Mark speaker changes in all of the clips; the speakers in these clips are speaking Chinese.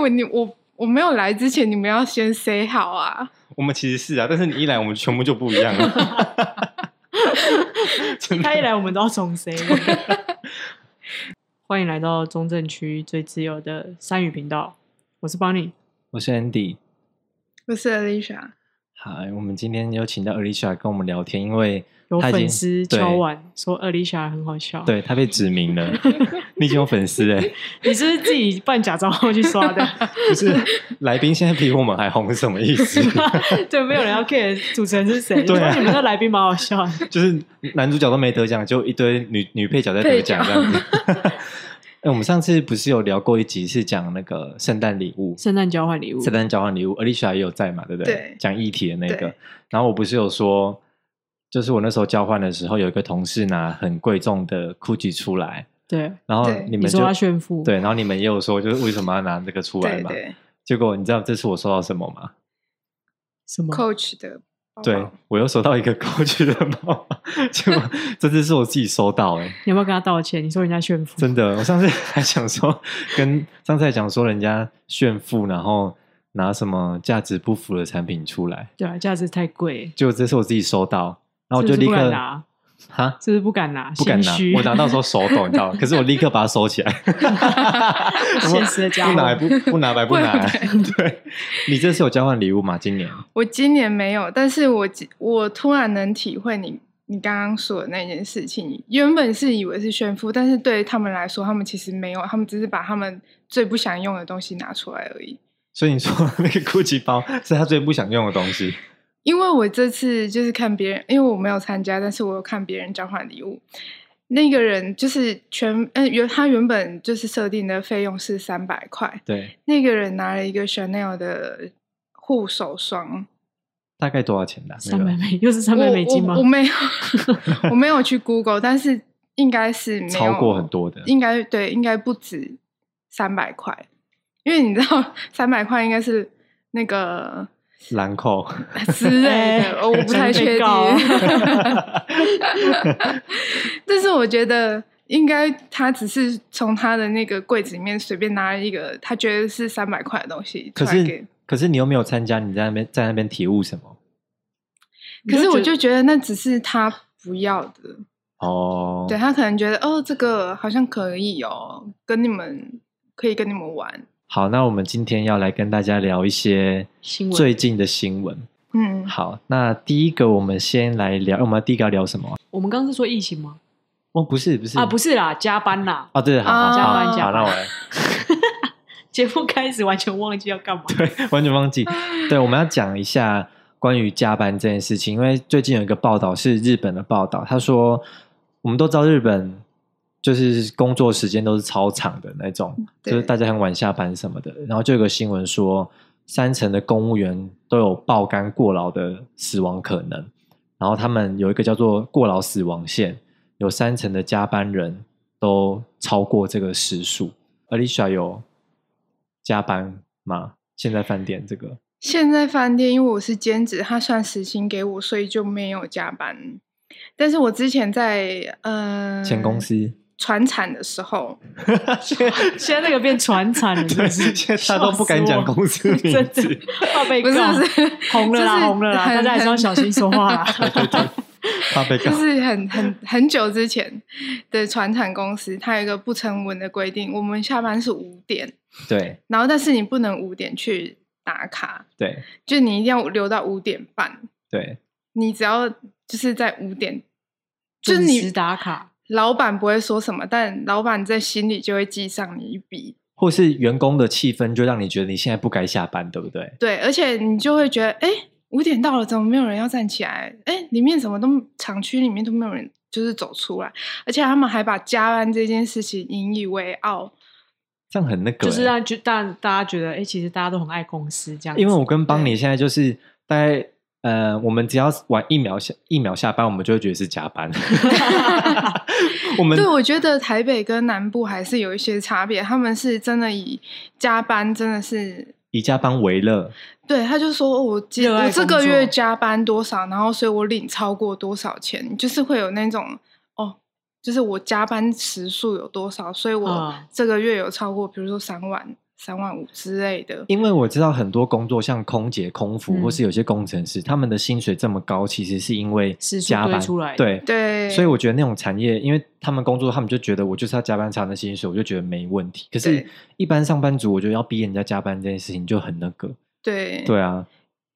Speaker 1: 我你我我没有来之前，你们要先 say 好啊。
Speaker 2: 我们其实是啊，但是你一来，我们全部就不一样了。真的
Speaker 3: 他一来我们都要重 C。欢迎来到中正区最自由的山语频道，我是 Bonnie。
Speaker 4: 我是 Andy。
Speaker 1: 我是 Alicia，
Speaker 4: 好，我们今天有请到 Alicia 跟我们聊天，因为
Speaker 3: 有
Speaker 4: 他已经
Speaker 3: 粉丝
Speaker 4: 对
Speaker 3: 敲碗说 Alicia 很好笑，，
Speaker 4: 对他被指名 了，你已经有粉丝了。
Speaker 3: 你是不是自己办假账号去刷的？
Speaker 4: 不是来宾现在比我们还红是什么意思？
Speaker 3: 对，没有人要 care 主持人是谁，
Speaker 4: 对啊
Speaker 3: 说你们的来宾蛮好笑的。
Speaker 4: 就是男主角都没得奖，就一堆女女配角在得奖这样子。 哎，我们上次不是有聊过一集是讲那个圣诞礼物，
Speaker 3: 圣诞交换礼物，
Speaker 4: 圣诞交换礼物，Alicia 也有在嘛，对不对？
Speaker 1: 对
Speaker 4: 讲议题的那个
Speaker 1: 对。
Speaker 4: 然后我不是有说，就是我那时候交换的时候，有一个同事拿很贵重的 Gucci 出来，
Speaker 3: 对，
Speaker 4: 然后
Speaker 1: 对
Speaker 4: 你
Speaker 3: 你
Speaker 4: 们
Speaker 3: 说
Speaker 4: 就
Speaker 3: 他炫富，
Speaker 4: 对，，然后你们也有说，就是为什么要拿这个出来
Speaker 1: 对
Speaker 4: 嘛？
Speaker 1: 对
Speaker 4: 结果你知道这次我收到什么吗？
Speaker 3: 什么？
Speaker 1: ，Coach 的包包
Speaker 4: 对我又收到一个 Gucci 的包包，结果这次是我自己收到、欸，
Speaker 3: 你要不要跟他道歉？你说人家炫富，
Speaker 4: 真的，我上次还想说，跟上次还讲说人家炫富，然后拿什么价值不符的产品出来，
Speaker 3: 对啊，价值太贵，
Speaker 4: 结果这次我自己收到，然后我就是
Speaker 3: 不
Speaker 4: 立
Speaker 3: 是不敢
Speaker 4: 刻
Speaker 3: 拿
Speaker 4: 哈
Speaker 3: 是不是不敢拿？
Speaker 4: 不敢拿
Speaker 3: 心虚，
Speaker 4: 我拿到时候手抖，你知道 吗？可是我立刻把它收起来，
Speaker 3: 现实的家伙
Speaker 4: 不拿也不不拿白不拿
Speaker 1: 不拿。
Speaker 4: 对，你这次有交换礼物吗？今年
Speaker 1: 我今年没有，但是我今我突然能体会你你刚刚说的那件事情。原本是以为是炫富，但是对他们来说，他们其实没有，他们只是把他们最不想用的东西拿出来而已。
Speaker 4: 所以你说那个 GUCCI 包是他最不想用的东西，
Speaker 1: 因为我这次就是看别人，因为我没有参加，但是我有看别人交换礼物。那个人就是全，嗯，原他原本就是设定的费用是三百块，
Speaker 4: 对，
Speaker 1: 那个人拿了一个 Chanel 的护手霜，
Speaker 4: 大概多少钱的、那
Speaker 3: 三
Speaker 4: 个
Speaker 3: 百美，又是三百美金吗
Speaker 1: 我我？我没有，我没有去 Google，但是应该是没有
Speaker 4: 超过很，多的，
Speaker 1: 应该对，应该不止三百块，因为你知道三百块应该是那个
Speaker 4: 兰蔻。
Speaker 1: 之类的，我不太确
Speaker 3: 真被
Speaker 1: 定
Speaker 3: 告。
Speaker 1: 但是我觉得应该他只是从他的那个柜子里面随便拿了一个他觉得是三百块的东西出
Speaker 4: 可
Speaker 1: 来给
Speaker 4: 是，可是你又没有参加，你在那边在那边体悟什么？
Speaker 1: 可是我
Speaker 3: 你
Speaker 1: 就觉得那只是他不要的，
Speaker 4: 哦，
Speaker 1: 对他可能觉得哦这个好像可以哦，跟你们可以跟你们玩，
Speaker 4: 好，那我们今天要来跟大家聊一些
Speaker 3: 新闻
Speaker 4: 最近的新闻。
Speaker 1: 嗯，
Speaker 4: 好，那第一个我们先来聊，我们第一个要聊什么啊？
Speaker 3: 我们刚刚是说疫情吗？
Speaker 4: 哦，不是，不是
Speaker 3: 啊，不是啦，加班啦。
Speaker 4: 哦，对，好好
Speaker 1: 加
Speaker 4: 好
Speaker 1: 班
Speaker 4: 好，
Speaker 1: 加
Speaker 4: 好
Speaker 3: 班
Speaker 4: 那我来，
Speaker 3: 节目开始完全忘记要干嘛。
Speaker 4: 对， 完全忘记。对，我们要讲一下关于加班这件事情，因为最近有一个报道是日本的报道，他说我们都知道日本就是工作时间都是超长的那种，
Speaker 1: 对
Speaker 4: 就是大家很晚下班什么的。然后就有个新闻说，三成的公务员都有爆肝过劳的死亡可能，然后他们有一个叫做过劳死亡线，有三成的加班人都超过这个时数。Alicia 有加班吗？现在饭店这个
Speaker 1: 现在饭店因为我是兼职，他算时薪给我，所以就没有加班。但是我之前在呃
Speaker 4: 前公司，
Speaker 1: 传产的时候，
Speaker 4: 现在
Speaker 3: 现在那个变传产了，
Speaker 4: 对，
Speaker 3: 是
Speaker 4: 现在大家都不敢讲公司
Speaker 3: 真
Speaker 4: 名字
Speaker 3: 的。 怕 被
Speaker 1: 不
Speaker 3: 告。
Speaker 1: 是不是
Speaker 3: 红了啦，
Speaker 1: 就是
Speaker 3: 红了啦，
Speaker 1: 很
Speaker 3: 大家还是要小心说 话啦。
Speaker 4: 怕被告
Speaker 1: 就。是很很很久之前的传产公司，它有一个不成文的规定，我们下班是五点，
Speaker 4: 对
Speaker 1: 然后但是你不能五点去打卡，
Speaker 4: 对
Speaker 1: 就你一定要留到五点半，
Speaker 4: 对，
Speaker 1: 你只要就是在五点，就是
Speaker 3: 准时
Speaker 1: 你
Speaker 3: 打卡，
Speaker 1: 老板不会说什么，但老板在心里就会记上你一笔。
Speaker 4: 或是员工的气氛就让你觉得你现在不该下班，对不对？
Speaker 1: 对，而且你就会觉得，哎，五点到了，怎么没有人要站起来？哎，里面怎么都厂区里面都没有人，就是走出来，而且他们还把加班这件事情引以为傲。
Speaker 4: 这样很那个、欸，
Speaker 3: 就是让就让大家觉得，哎，其实大家都很爱公司这样子。
Speaker 4: 因为我跟邦尼现在就是大概呃，我们只要晚一秒下一秒下班，我们就会觉得是加班。我们
Speaker 1: 对，我觉得台北跟南部还是有一些差别，他们是真的以加班真的是。
Speaker 4: 以加班为乐，
Speaker 1: 对，他就说哦我今
Speaker 3: 热爱
Speaker 1: 我这
Speaker 3: 工
Speaker 1: 个
Speaker 3: 作
Speaker 1: 月加班多少，然后所以我领超过多少钱，就是会有那种哦，就是我加班时数有多少，所以我
Speaker 3: 嗯
Speaker 1: 这个月有超过，比如说三万三万五之类的。
Speaker 4: 因为我知道很多工作，像空姐、空服，
Speaker 3: 嗯
Speaker 4: 或是有些工程师，他们的薪水这么高，其实是因为
Speaker 3: 时数
Speaker 4: 加班
Speaker 3: 堆出来的
Speaker 4: 对，
Speaker 1: 对，
Speaker 4: 所以我觉得那种产业，因为他们工作，他们就觉得我就是要加班查那薪水，我就觉得没问题。可是
Speaker 1: 对，
Speaker 4: 一般上班族，我觉得要逼人家加班这件事情就很那个。
Speaker 1: 对
Speaker 4: 对啊，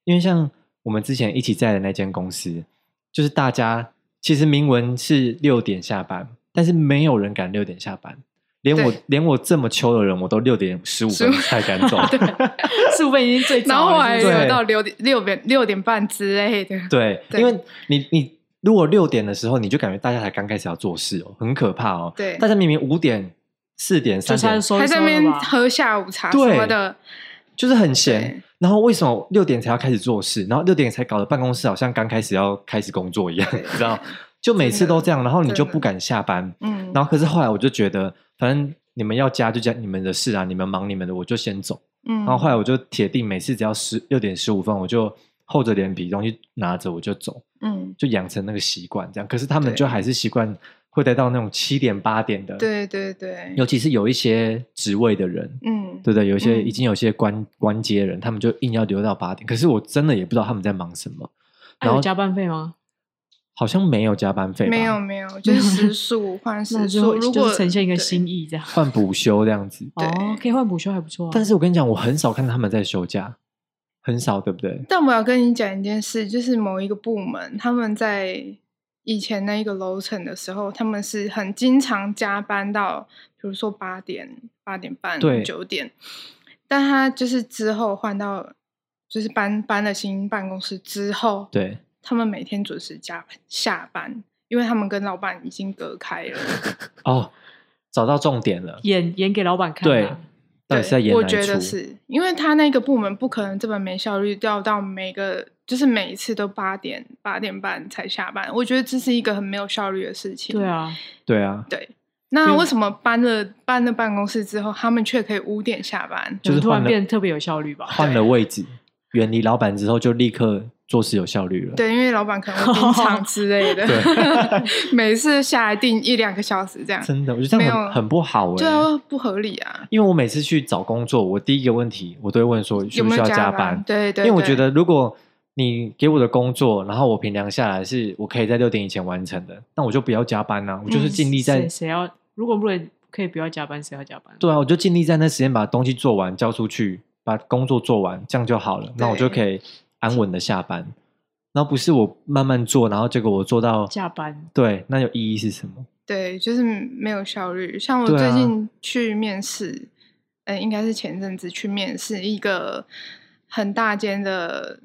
Speaker 4: 因为像我们之前一起在的那间公司，就是大家其实明文是六点下班，但是没有人敢六点下班，连我
Speaker 1: 对
Speaker 4: 连我这么秋的人，我都六点十五分
Speaker 1: 15
Speaker 4: 才敢 走。
Speaker 3: 数倍已经最
Speaker 1: 然后
Speaker 3: 早
Speaker 1: 我
Speaker 3: 了，
Speaker 1: 还
Speaker 3: 是不是
Speaker 1: 留到六点六点六点半之类的。
Speaker 4: 对，
Speaker 1: 对
Speaker 4: 因为你你如果六点的时候，你就感觉大家才刚开始要做事哦，很可怕哦。
Speaker 1: 对
Speaker 4: 大家明明五点、四点、三
Speaker 3: 就差
Speaker 4: 点，
Speaker 3: 收一
Speaker 1: 还
Speaker 3: 收
Speaker 1: 在那
Speaker 3: 了
Speaker 1: 边
Speaker 3: 吧？
Speaker 1: 喝下午茶什
Speaker 4: 对
Speaker 1: 么的，
Speaker 4: 就是很闲
Speaker 1: 对。
Speaker 4: 然后为什么六点才要开始做事？然后六点才搞得办公室好像刚开始要开始工作一样，
Speaker 1: 对
Speaker 4: 你知道？就每次都这样，然后你就不敢下班。
Speaker 1: 嗯，
Speaker 4: 然后可是后来我就觉得，反正你们要加就加你们的事啊，你们忙你们的，我就先走。
Speaker 1: 嗯，
Speaker 4: 然后后来我就铁定每次只要十六点十五分，我就厚着脸皮东西拿着我就走。
Speaker 1: 嗯，
Speaker 4: 就养成那个习惯，这样。可是他们
Speaker 1: 对
Speaker 4: 就还是习惯会待到那种七点八点的，，
Speaker 1: 对对对，
Speaker 4: 尤其是有一些职位的人，
Speaker 1: 嗯，
Speaker 4: 对不对？有一些、
Speaker 1: 嗯
Speaker 4: 已经有一些官官阶人，他们就硬要留到八点。可是我真的也不知道他们在忙什么，
Speaker 3: 还
Speaker 4: 然
Speaker 3: 有
Speaker 4: 后
Speaker 3: 加班费吗？
Speaker 4: 好像没有加班费吧，
Speaker 1: 没有没有，就是时速换
Speaker 3: 那
Speaker 1: 时
Speaker 3: 最
Speaker 1: 速，
Speaker 3: 后
Speaker 1: 如
Speaker 3: 就
Speaker 1: 果
Speaker 3: 是呈现一个
Speaker 1: 对
Speaker 3: 心意这样。
Speaker 4: 换补休这样子。
Speaker 1: 对
Speaker 3: 哦，可以换补休还不错啊。
Speaker 4: 但是我跟你讲，我很少看到他们在休假，很少，对不对？
Speaker 1: 但我要跟你讲一件事，就是某一个部门，他们在以前那一个楼层的时候，他们是很经常加班到，比如说八点、八点半
Speaker 4: 对、
Speaker 1: 九点。但他就是之后换到，就是搬搬了新办公室之后，
Speaker 4: 对，
Speaker 1: 他们每天准时加班下班，因为他们跟老板已经隔开了。
Speaker 4: 哦，找到重点了，
Speaker 3: 演演给老板看
Speaker 4: 对
Speaker 3: 啊，，
Speaker 4: 到底是在演
Speaker 1: 我
Speaker 4: 哪一
Speaker 1: 觉得
Speaker 4: 出
Speaker 1: 是因为他那个部门不可能这么没效率，调到每个就是每一次都八点八点半才下班。我觉得这是一个很没有效率的事情。
Speaker 3: 对，啊，
Speaker 4: 对啊，
Speaker 1: 对。
Speaker 3: 因
Speaker 1: 那
Speaker 3: 为
Speaker 1: 为什么搬了搬了办公室之后，他们却可以五点下班？
Speaker 4: 就是
Speaker 3: 可能突
Speaker 4: 换
Speaker 3: 然
Speaker 4: 了
Speaker 3: 变得特别有效率吧。
Speaker 4: 换了位置，远离老板之后就立刻做事有效率了。
Speaker 1: 对，因为老板可能会盯 场之类的，每次下来定一两个小时这样，
Speaker 4: 真的，我觉得这样
Speaker 1: 没
Speaker 4: 很
Speaker 1: 有
Speaker 4: 很不好哎、
Speaker 1: 对啊，不合理啊！
Speaker 4: 因为我每次去找工作，我第一个问题我都会问说需
Speaker 1: 有
Speaker 4: 不
Speaker 1: 没
Speaker 4: 需
Speaker 1: 有
Speaker 4: 要加
Speaker 1: 班？对对，
Speaker 4: 因为我
Speaker 1: 对
Speaker 4: 觉得如果你给我的工作，然后我评量下来是我可以在六点以前完成的，那我就不要加班呐、啊我就是
Speaker 1: 嗯
Speaker 4: 尽力在、
Speaker 3: 谁谁要如果不能可以不要加班，谁要加班？
Speaker 4: 对啊，我就尽力在那时间把东西做完，交出去，把工作做完，这样就好了。那我就可以安稳的下班。然后不是我慢慢做，然后结果我做到
Speaker 3: 加班
Speaker 4: 对，那有意义是什么？
Speaker 1: 对，就是没有效率。像我
Speaker 4: 对
Speaker 1: 最
Speaker 4: 啊
Speaker 1: 近去面试，嗯、应该是前阵子去面试一个很大间的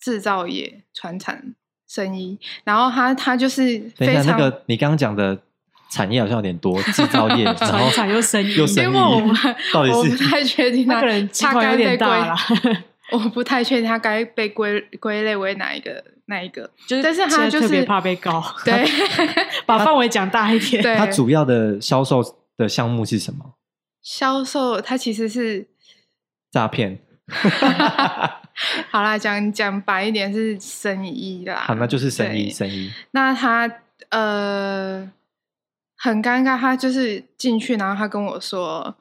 Speaker 1: 制造业传产生意，然后他他就是
Speaker 4: 等一
Speaker 1: 非
Speaker 4: 下，那
Speaker 1: 常。
Speaker 4: 个你刚刚讲的产业好像有点多，制造 业，然后
Speaker 3: 船厂啊 又生意
Speaker 4: 又生
Speaker 1: 因
Speaker 4: 意
Speaker 1: 为我不
Speaker 4: 到底
Speaker 1: 我不
Speaker 4: 是
Speaker 1: 太确定
Speaker 3: 那
Speaker 1: 他
Speaker 3: 可能集
Speaker 1: 他
Speaker 3: 团
Speaker 1: 该
Speaker 3: 有
Speaker 1: 被
Speaker 3: 点
Speaker 1: 归
Speaker 3: 大啦，
Speaker 1: 我不太确定他该被归归类为哪一个哪一个，
Speaker 3: 就是
Speaker 1: 但是他
Speaker 3: 现在
Speaker 1: 就是
Speaker 3: 特别怕被告，
Speaker 1: 对
Speaker 3: 把范围讲大一点。
Speaker 1: 对
Speaker 4: 它主要的销售的项目是什么？
Speaker 1: 销售，他其实是
Speaker 4: 诈骗。
Speaker 1: 好啦，讲讲白一点是生意啦，
Speaker 4: 好，那就是生意，
Speaker 1: 啊对
Speaker 4: 生意。
Speaker 1: 那他呃很尴尬，他就是进去，然后他跟我说，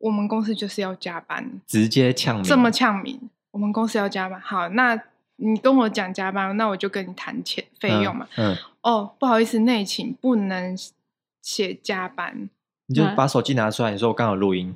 Speaker 1: 我们公司就是要加班，
Speaker 4: 直接呛你，
Speaker 1: 这么呛明，我们公司要加班。好，那你跟我讲加班，那我就跟你谈钱费用嘛。
Speaker 4: 嗯，嗯，
Speaker 1: 哦，不好意思，内勤不能写加班。
Speaker 4: 你就
Speaker 3: 那
Speaker 4: 把手机拿出来，你说我刚好 录音，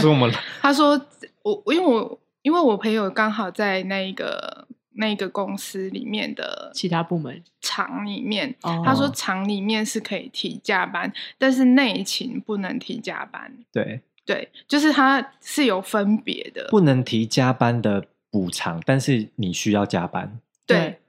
Speaker 4: 说我们
Speaker 1: 他说我我因为我因为我朋友刚好在那一个那一个公司里面的
Speaker 3: 其他部门，
Speaker 1: 厂里面，
Speaker 3: 哦
Speaker 1: 他说厂里面是可以提加班，但是内勤不能提加班。
Speaker 4: 对
Speaker 1: 对，就是它是有分别的。
Speaker 4: 不能提加班的补偿，但是你需要加班，
Speaker 1: 对，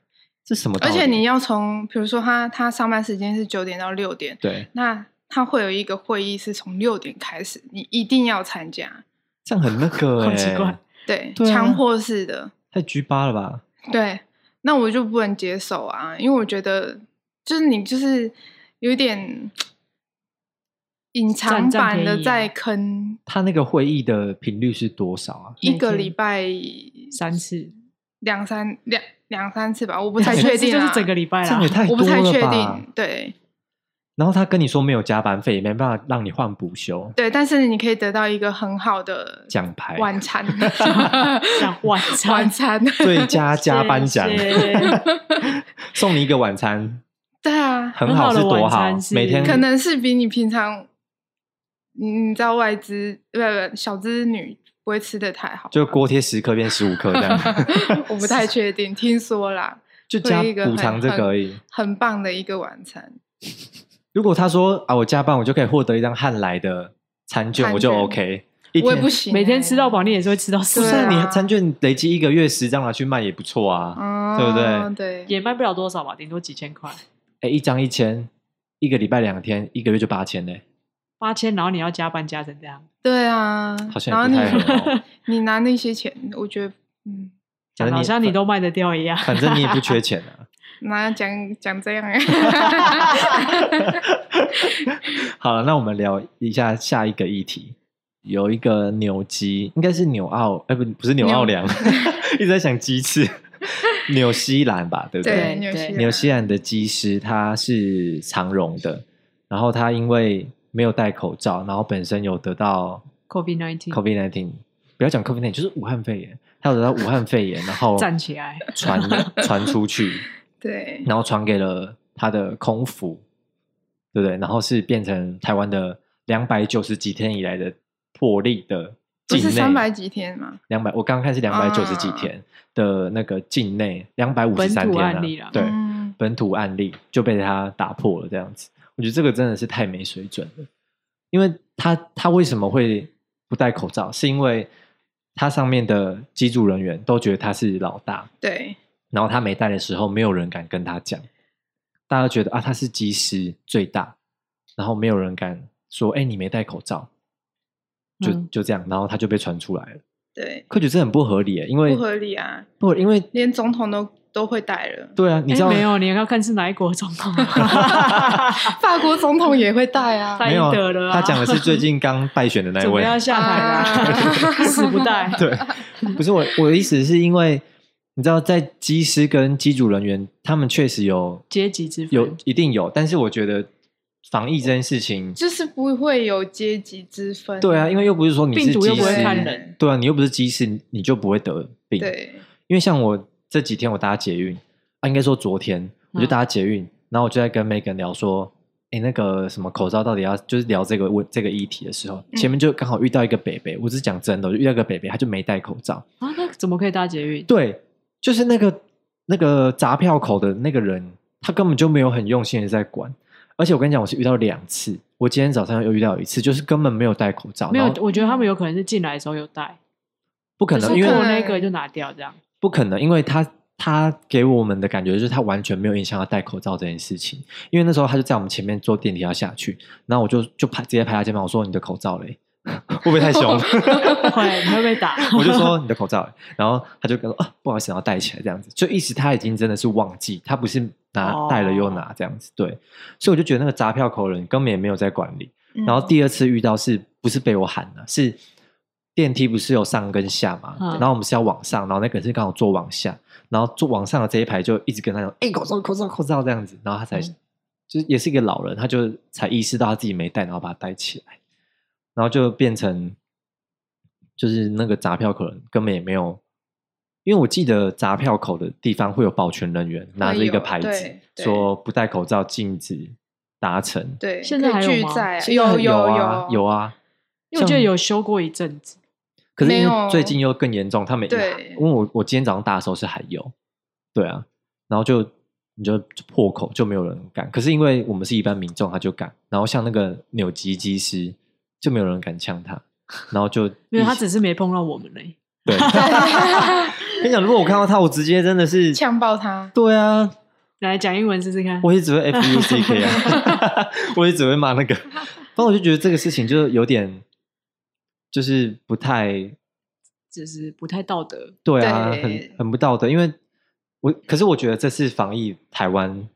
Speaker 4: 这什么道
Speaker 1: 而
Speaker 4: 理？
Speaker 1: 且你要从，比如说他他上班时间是九点到六点，
Speaker 4: 对
Speaker 1: 那他会有一个会议是从六点开始，你一定要参加。
Speaker 4: 这样很 那个，
Speaker 3: 好奇怪，
Speaker 1: 对，
Speaker 4: 对啊
Speaker 1: 强迫式的。
Speaker 4: 太 G 八了吧？
Speaker 1: 对，那我就不能接受啊，因为我觉得就是你就是有点隐藏
Speaker 3: 占
Speaker 1: 版
Speaker 3: 便
Speaker 1: 的
Speaker 3: 宜啊
Speaker 1: 在坑
Speaker 4: 他那个会议的频率是多少啊？
Speaker 1: 一
Speaker 3: 每
Speaker 1: 个
Speaker 3: 天
Speaker 1: 礼拜
Speaker 3: 三次，
Speaker 1: 两三两两三次吧，我不
Speaker 3: 不
Speaker 1: 太确定
Speaker 3: 就
Speaker 1: 啊。
Speaker 3: 是整个礼拜
Speaker 4: 这样也
Speaker 3: 啦。
Speaker 4: 太
Speaker 1: 我
Speaker 4: 多
Speaker 1: 不太
Speaker 4: 了
Speaker 1: 确
Speaker 4: 吧？
Speaker 1: 定，对
Speaker 4: 然后他跟你说没有加班费，也没办法让你换补休
Speaker 1: 对，但是你可以得到一个很好的
Speaker 4: 奖牌，
Speaker 1: 晚 餐，
Speaker 3: 像晚餐
Speaker 1: 晚餐，
Speaker 4: 最佳加班奖，
Speaker 3: 谢谢
Speaker 4: 送你一个晚餐，
Speaker 1: 对啊，
Speaker 4: 很好
Speaker 3: 很好
Speaker 4: 是
Speaker 3: 的
Speaker 4: 多
Speaker 3: 晚
Speaker 4: 好
Speaker 3: 餐，是
Speaker 4: 每天
Speaker 1: 可能是比你平常，嗯你知道外资不不小资女不会吃的太好，
Speaker 4: 就锅贴十颗变十五颗这 样，
Speaker 1: 我不太确定，听说 啦，
Speaker 4: 就加
Speaker 1: 会一个
Speaker 4: 补
Speaker 1: 很
Speaker 4: 偿这个而已。
Speaker 1: 很棒的一个晚餐。
Speaker 4: 如果他说啊，我加班我就可以获得一张汉来的餐券，
Speaker 1: 餐
Speaker 4: 我就
Speaker 1: 券
Speaker 4: OK。一
Speaker 1: 我也
Speaker 4: 天
Speaker 1: 不行欸、
Speaker 3: 每天吃到饱，你也是会吃到死
Speaker 4: 不，是啊
Speaker 1: 对啊
Speaker 4: 你餐券累积一个月十张拿去卖也不错啊。
Speaker 1: 哦，
Speaker 4: 对不对
Speaker 1: 对，
Speaker 3: 也卖不了多少吧，顶多几千块，
Speaker 4: 哎，一张一千，一个礼拜两天，一个月就八千呢，
Speaker 3: 八千，然后你要加班加成这样，
Speaker 1: 对啊，
Speaker 4: 好
Speaker 1: 然后
Speaker 4: 像
Speaker 1: 你
Speaker 4: 也不太 好。
Speaker 1: 你拿那些钱，我觉得，嗯，
Speaker 4: 反正
Speaker 3: 好像你都卖得掉一样。
Speaker 4: 反正你也不缺钱啊。
Speaker 1: 哪讲讲 这样、欸？
Speaker 4: 好了，那我们聊一下下一个议题。有一个纽基，应该是纽澳，哎、不，不是纽奥良， 一直在想鸡 翅，纽西兰吧，对不
Speaker 1: 对，
Speaker 3: 对
Speaker 1: 纽西兰
Speaker 4: 纽西兰的机师他是长荣的，然后他因为没有戴口罩，然后本身有得到
Speaker 3: COVID nineteen
Speaker 4: COVID nineteen，不要讲 COVID nineteen，就是武汉肺炎，他有得到武汉肺炎，然后
Speaker 3: 站起来，
Speaker 4: 传传出去，
Speaker 1: 对，
Speaker 4: 然后传给了他的空服，对不对？然后是变成台湾的两百九十几天以来的破例的
Speaker 1: 不
Speaker 4: 境
Speaker 1: 是
Speaker 4: 内
Speaker 1: 三百几天吗？
Speaker 4: 两百，我刚看是两百九十几天的那个境
Speaker 1: 啊
Speaker 4: 内两百五十三
Speaker 3: 本土
Speaker 4: 天
Speaker 3: 案例啦
Speaker 4: 啊，对。
Speaker 1: 嗯
Speaker 4: 本土案例就被他打破了，这样子，我觉得这个真的是太没水准了。因为他他为什么会不戴口罩，是因为他上面的机组人员都觉得他是老大，
Speaker 1: 对，
Speaker 4: 然后他没戴的时候，没有人敢跟他讲，大家觉得啊他是机师最大，然后没有人敢说，哎、你没戴口罩，就、
Speaker 3: 嗯
Speaker 4: 就这样，然后他就被传出来了。
Speaker 1: 对，
Speaker 4: 可觉得这很不合理耶，因为
Speaker 1: 不合理啊，
Speaker 4: 不因为
Speaker 1: 连总统都都会带了，
Speaker 4: 对啊，你
Speaker 3: 哎
Speaker 4: 知道、
Speaker 3: 没有？你要看是哪一国总统，啊
Speaker 1: 法国总统也会带啊，
Speaker 3: 戴
Speaker 4: 没有
Speaker 3: 德了啊
Speaker 4: 他讲的是最近刚败选的那一
Speaker 3: 怎么
Speaker 4: 位，
Speaker 3: 样下台啦？
Speaker 1: 啊
Speaker 3: 死不带，
Speaker 4: 对，不是我我的意思是因为你知道，在机师跟机组人员，他们确实有
Speaker 3: 阶级之分
Speaker 4: 有一定有，但是我觉得防疫这件事情，
Speaker 1: 就是不会有阶级之分。
Speaker 4: 对啊，因为又不是说你
Speaker 3: 病
Speaker 4: 是
Speaker 3: 毒又
Speaker 4: 机
Speaker 3: 不会看
Speaker 4: 师，
Speaker 3: 人，
Speaker 4: 对啊，你又不是机师，你就不会得病。，
Speaker 1: 对，
Speaker 4: 因为像我这几天我搭捷运啊，应该说昨天我
Speaker 3: 嗯
Speaker 4: 就搭捷运，然后我就在跟 Megan 聊说。哎，那个什么口罩到底要就是聊这个问这个议题的时候，
Speaker 3: 嗯
Speaker 4: 前面就刚好遇到一个北北，我只是讲真的，我就遇到一个北北，他就没戴口罩，
Speaker 3: 啊，那怎么可以搭捷运？
Speaker 4: 对，就是那个那个砸票口的那个人，他根本就没有很用心的在管。而且我跟你讲，我是遇到两次，我今天早上又遇到一次，就是根本没有戴口罩，
Speaker 3: 没有
Speaker 4: 然，后
Speaker 3: 我觉得他们有可能是进来的时候有带，
Speaker 4: 不可
Speaker 3: 就
Speaker 4: 能，
Speaker 3: 是
Speaker 4: 因
Speaker 3: 过
Speaker 4: 为
Speaker 1: 能
Speaker 3: 那个就拿 掉这样。
Speaker 4: 不可能，因为他他给我们的感觉就是他完全没有印象要戴口罩这件事情。因为那时候他就在我们前面坐电梯要下去，然后我就就拍直接拍他肩膀，我说你的口罩嘞， 会不会太凶？
Speaker 3: 会，你会被打。
Speaker 4: 我就说你的口罩欸，然后他就跟我说啊，不好意思，然后戴起来这样子，就意思他已经真的是忘记，他不是拿
Speaker 3: 哦
Speaker 4: 戴了又拿这样子，对，所以我就觉得那个砸票口的人根本也没有在管理。
Speaker 1: 嗯
Speaker 4: 然后第二次遇到是不是被我喊了、是电梯不是有上跟下嘛，
Speaker 3: 嗯
Speaker 4: 然后我们是要往上，然后那个人是刚好坐往下，然后坐往上的这一排就一直跟他讲，哎、口罩口罩口罩这样子，然后他才、
Speaker 3: 嗯
Speaker 4: 就是也是一个老人，他就才意识到他自己没戴，然后把它戴起来，然后就变成就是那个闸票口人根本也没有。因为我记得闸票口的地方会有保全人员拿着一个
Speaker 1: 会有
Speaker 4: 牌子
Speaker 1: 对，对
Speaker 4: 说不戴口罩禁止达成。
Speaker 1: 对，
Speaker 3: 现在
Speaker 1: 可以
Speaker 3: 还有
Speaker 1: 拒
Speaker 3: 吗
Speaker 1: 载啊，
Speaker 4: 现在很
Speaker 1: 有
Speaker 4: 啊有
Speaker 1: 有，
Speaker 4: 啊，
Speaker 3: 因为我记得有修过一阵子，
Speaker 4: 可是因
Speaker 1: 没
Speaker 4: 为
Speaker 1: 有
Speaker 4: 最近又更严重，他们也
Speaker 1: 对
Speaker 4: 因为我我今天早上打的时候是还有，对啊，然后就你就就破口就没有人敢，可是因为我们是一般民众，他就敢，然后像那个纽吉机师就没有人敢呛他，然后就
Speaker 3: 因为他只是没碰到我们嘞。
Speaker 4: 对， 跟你讲，如果我看到他，我直接真的是
Speaker 1: 呛爆他，
Speaker 4: 对啊，
Speaker 3: 来讲英文试试看。
Speaker 4: 我也只 会 F U C K 啊， 我也只会骂那个。反正我就觉得这个事情就是有点，就是不太
Speaker 3: 就是不太道德，
Speaker 4: 对啊，
Speaker 1: 对
Speaker 4: 很很不道德。因为我，可是我觉得这次防疫台湾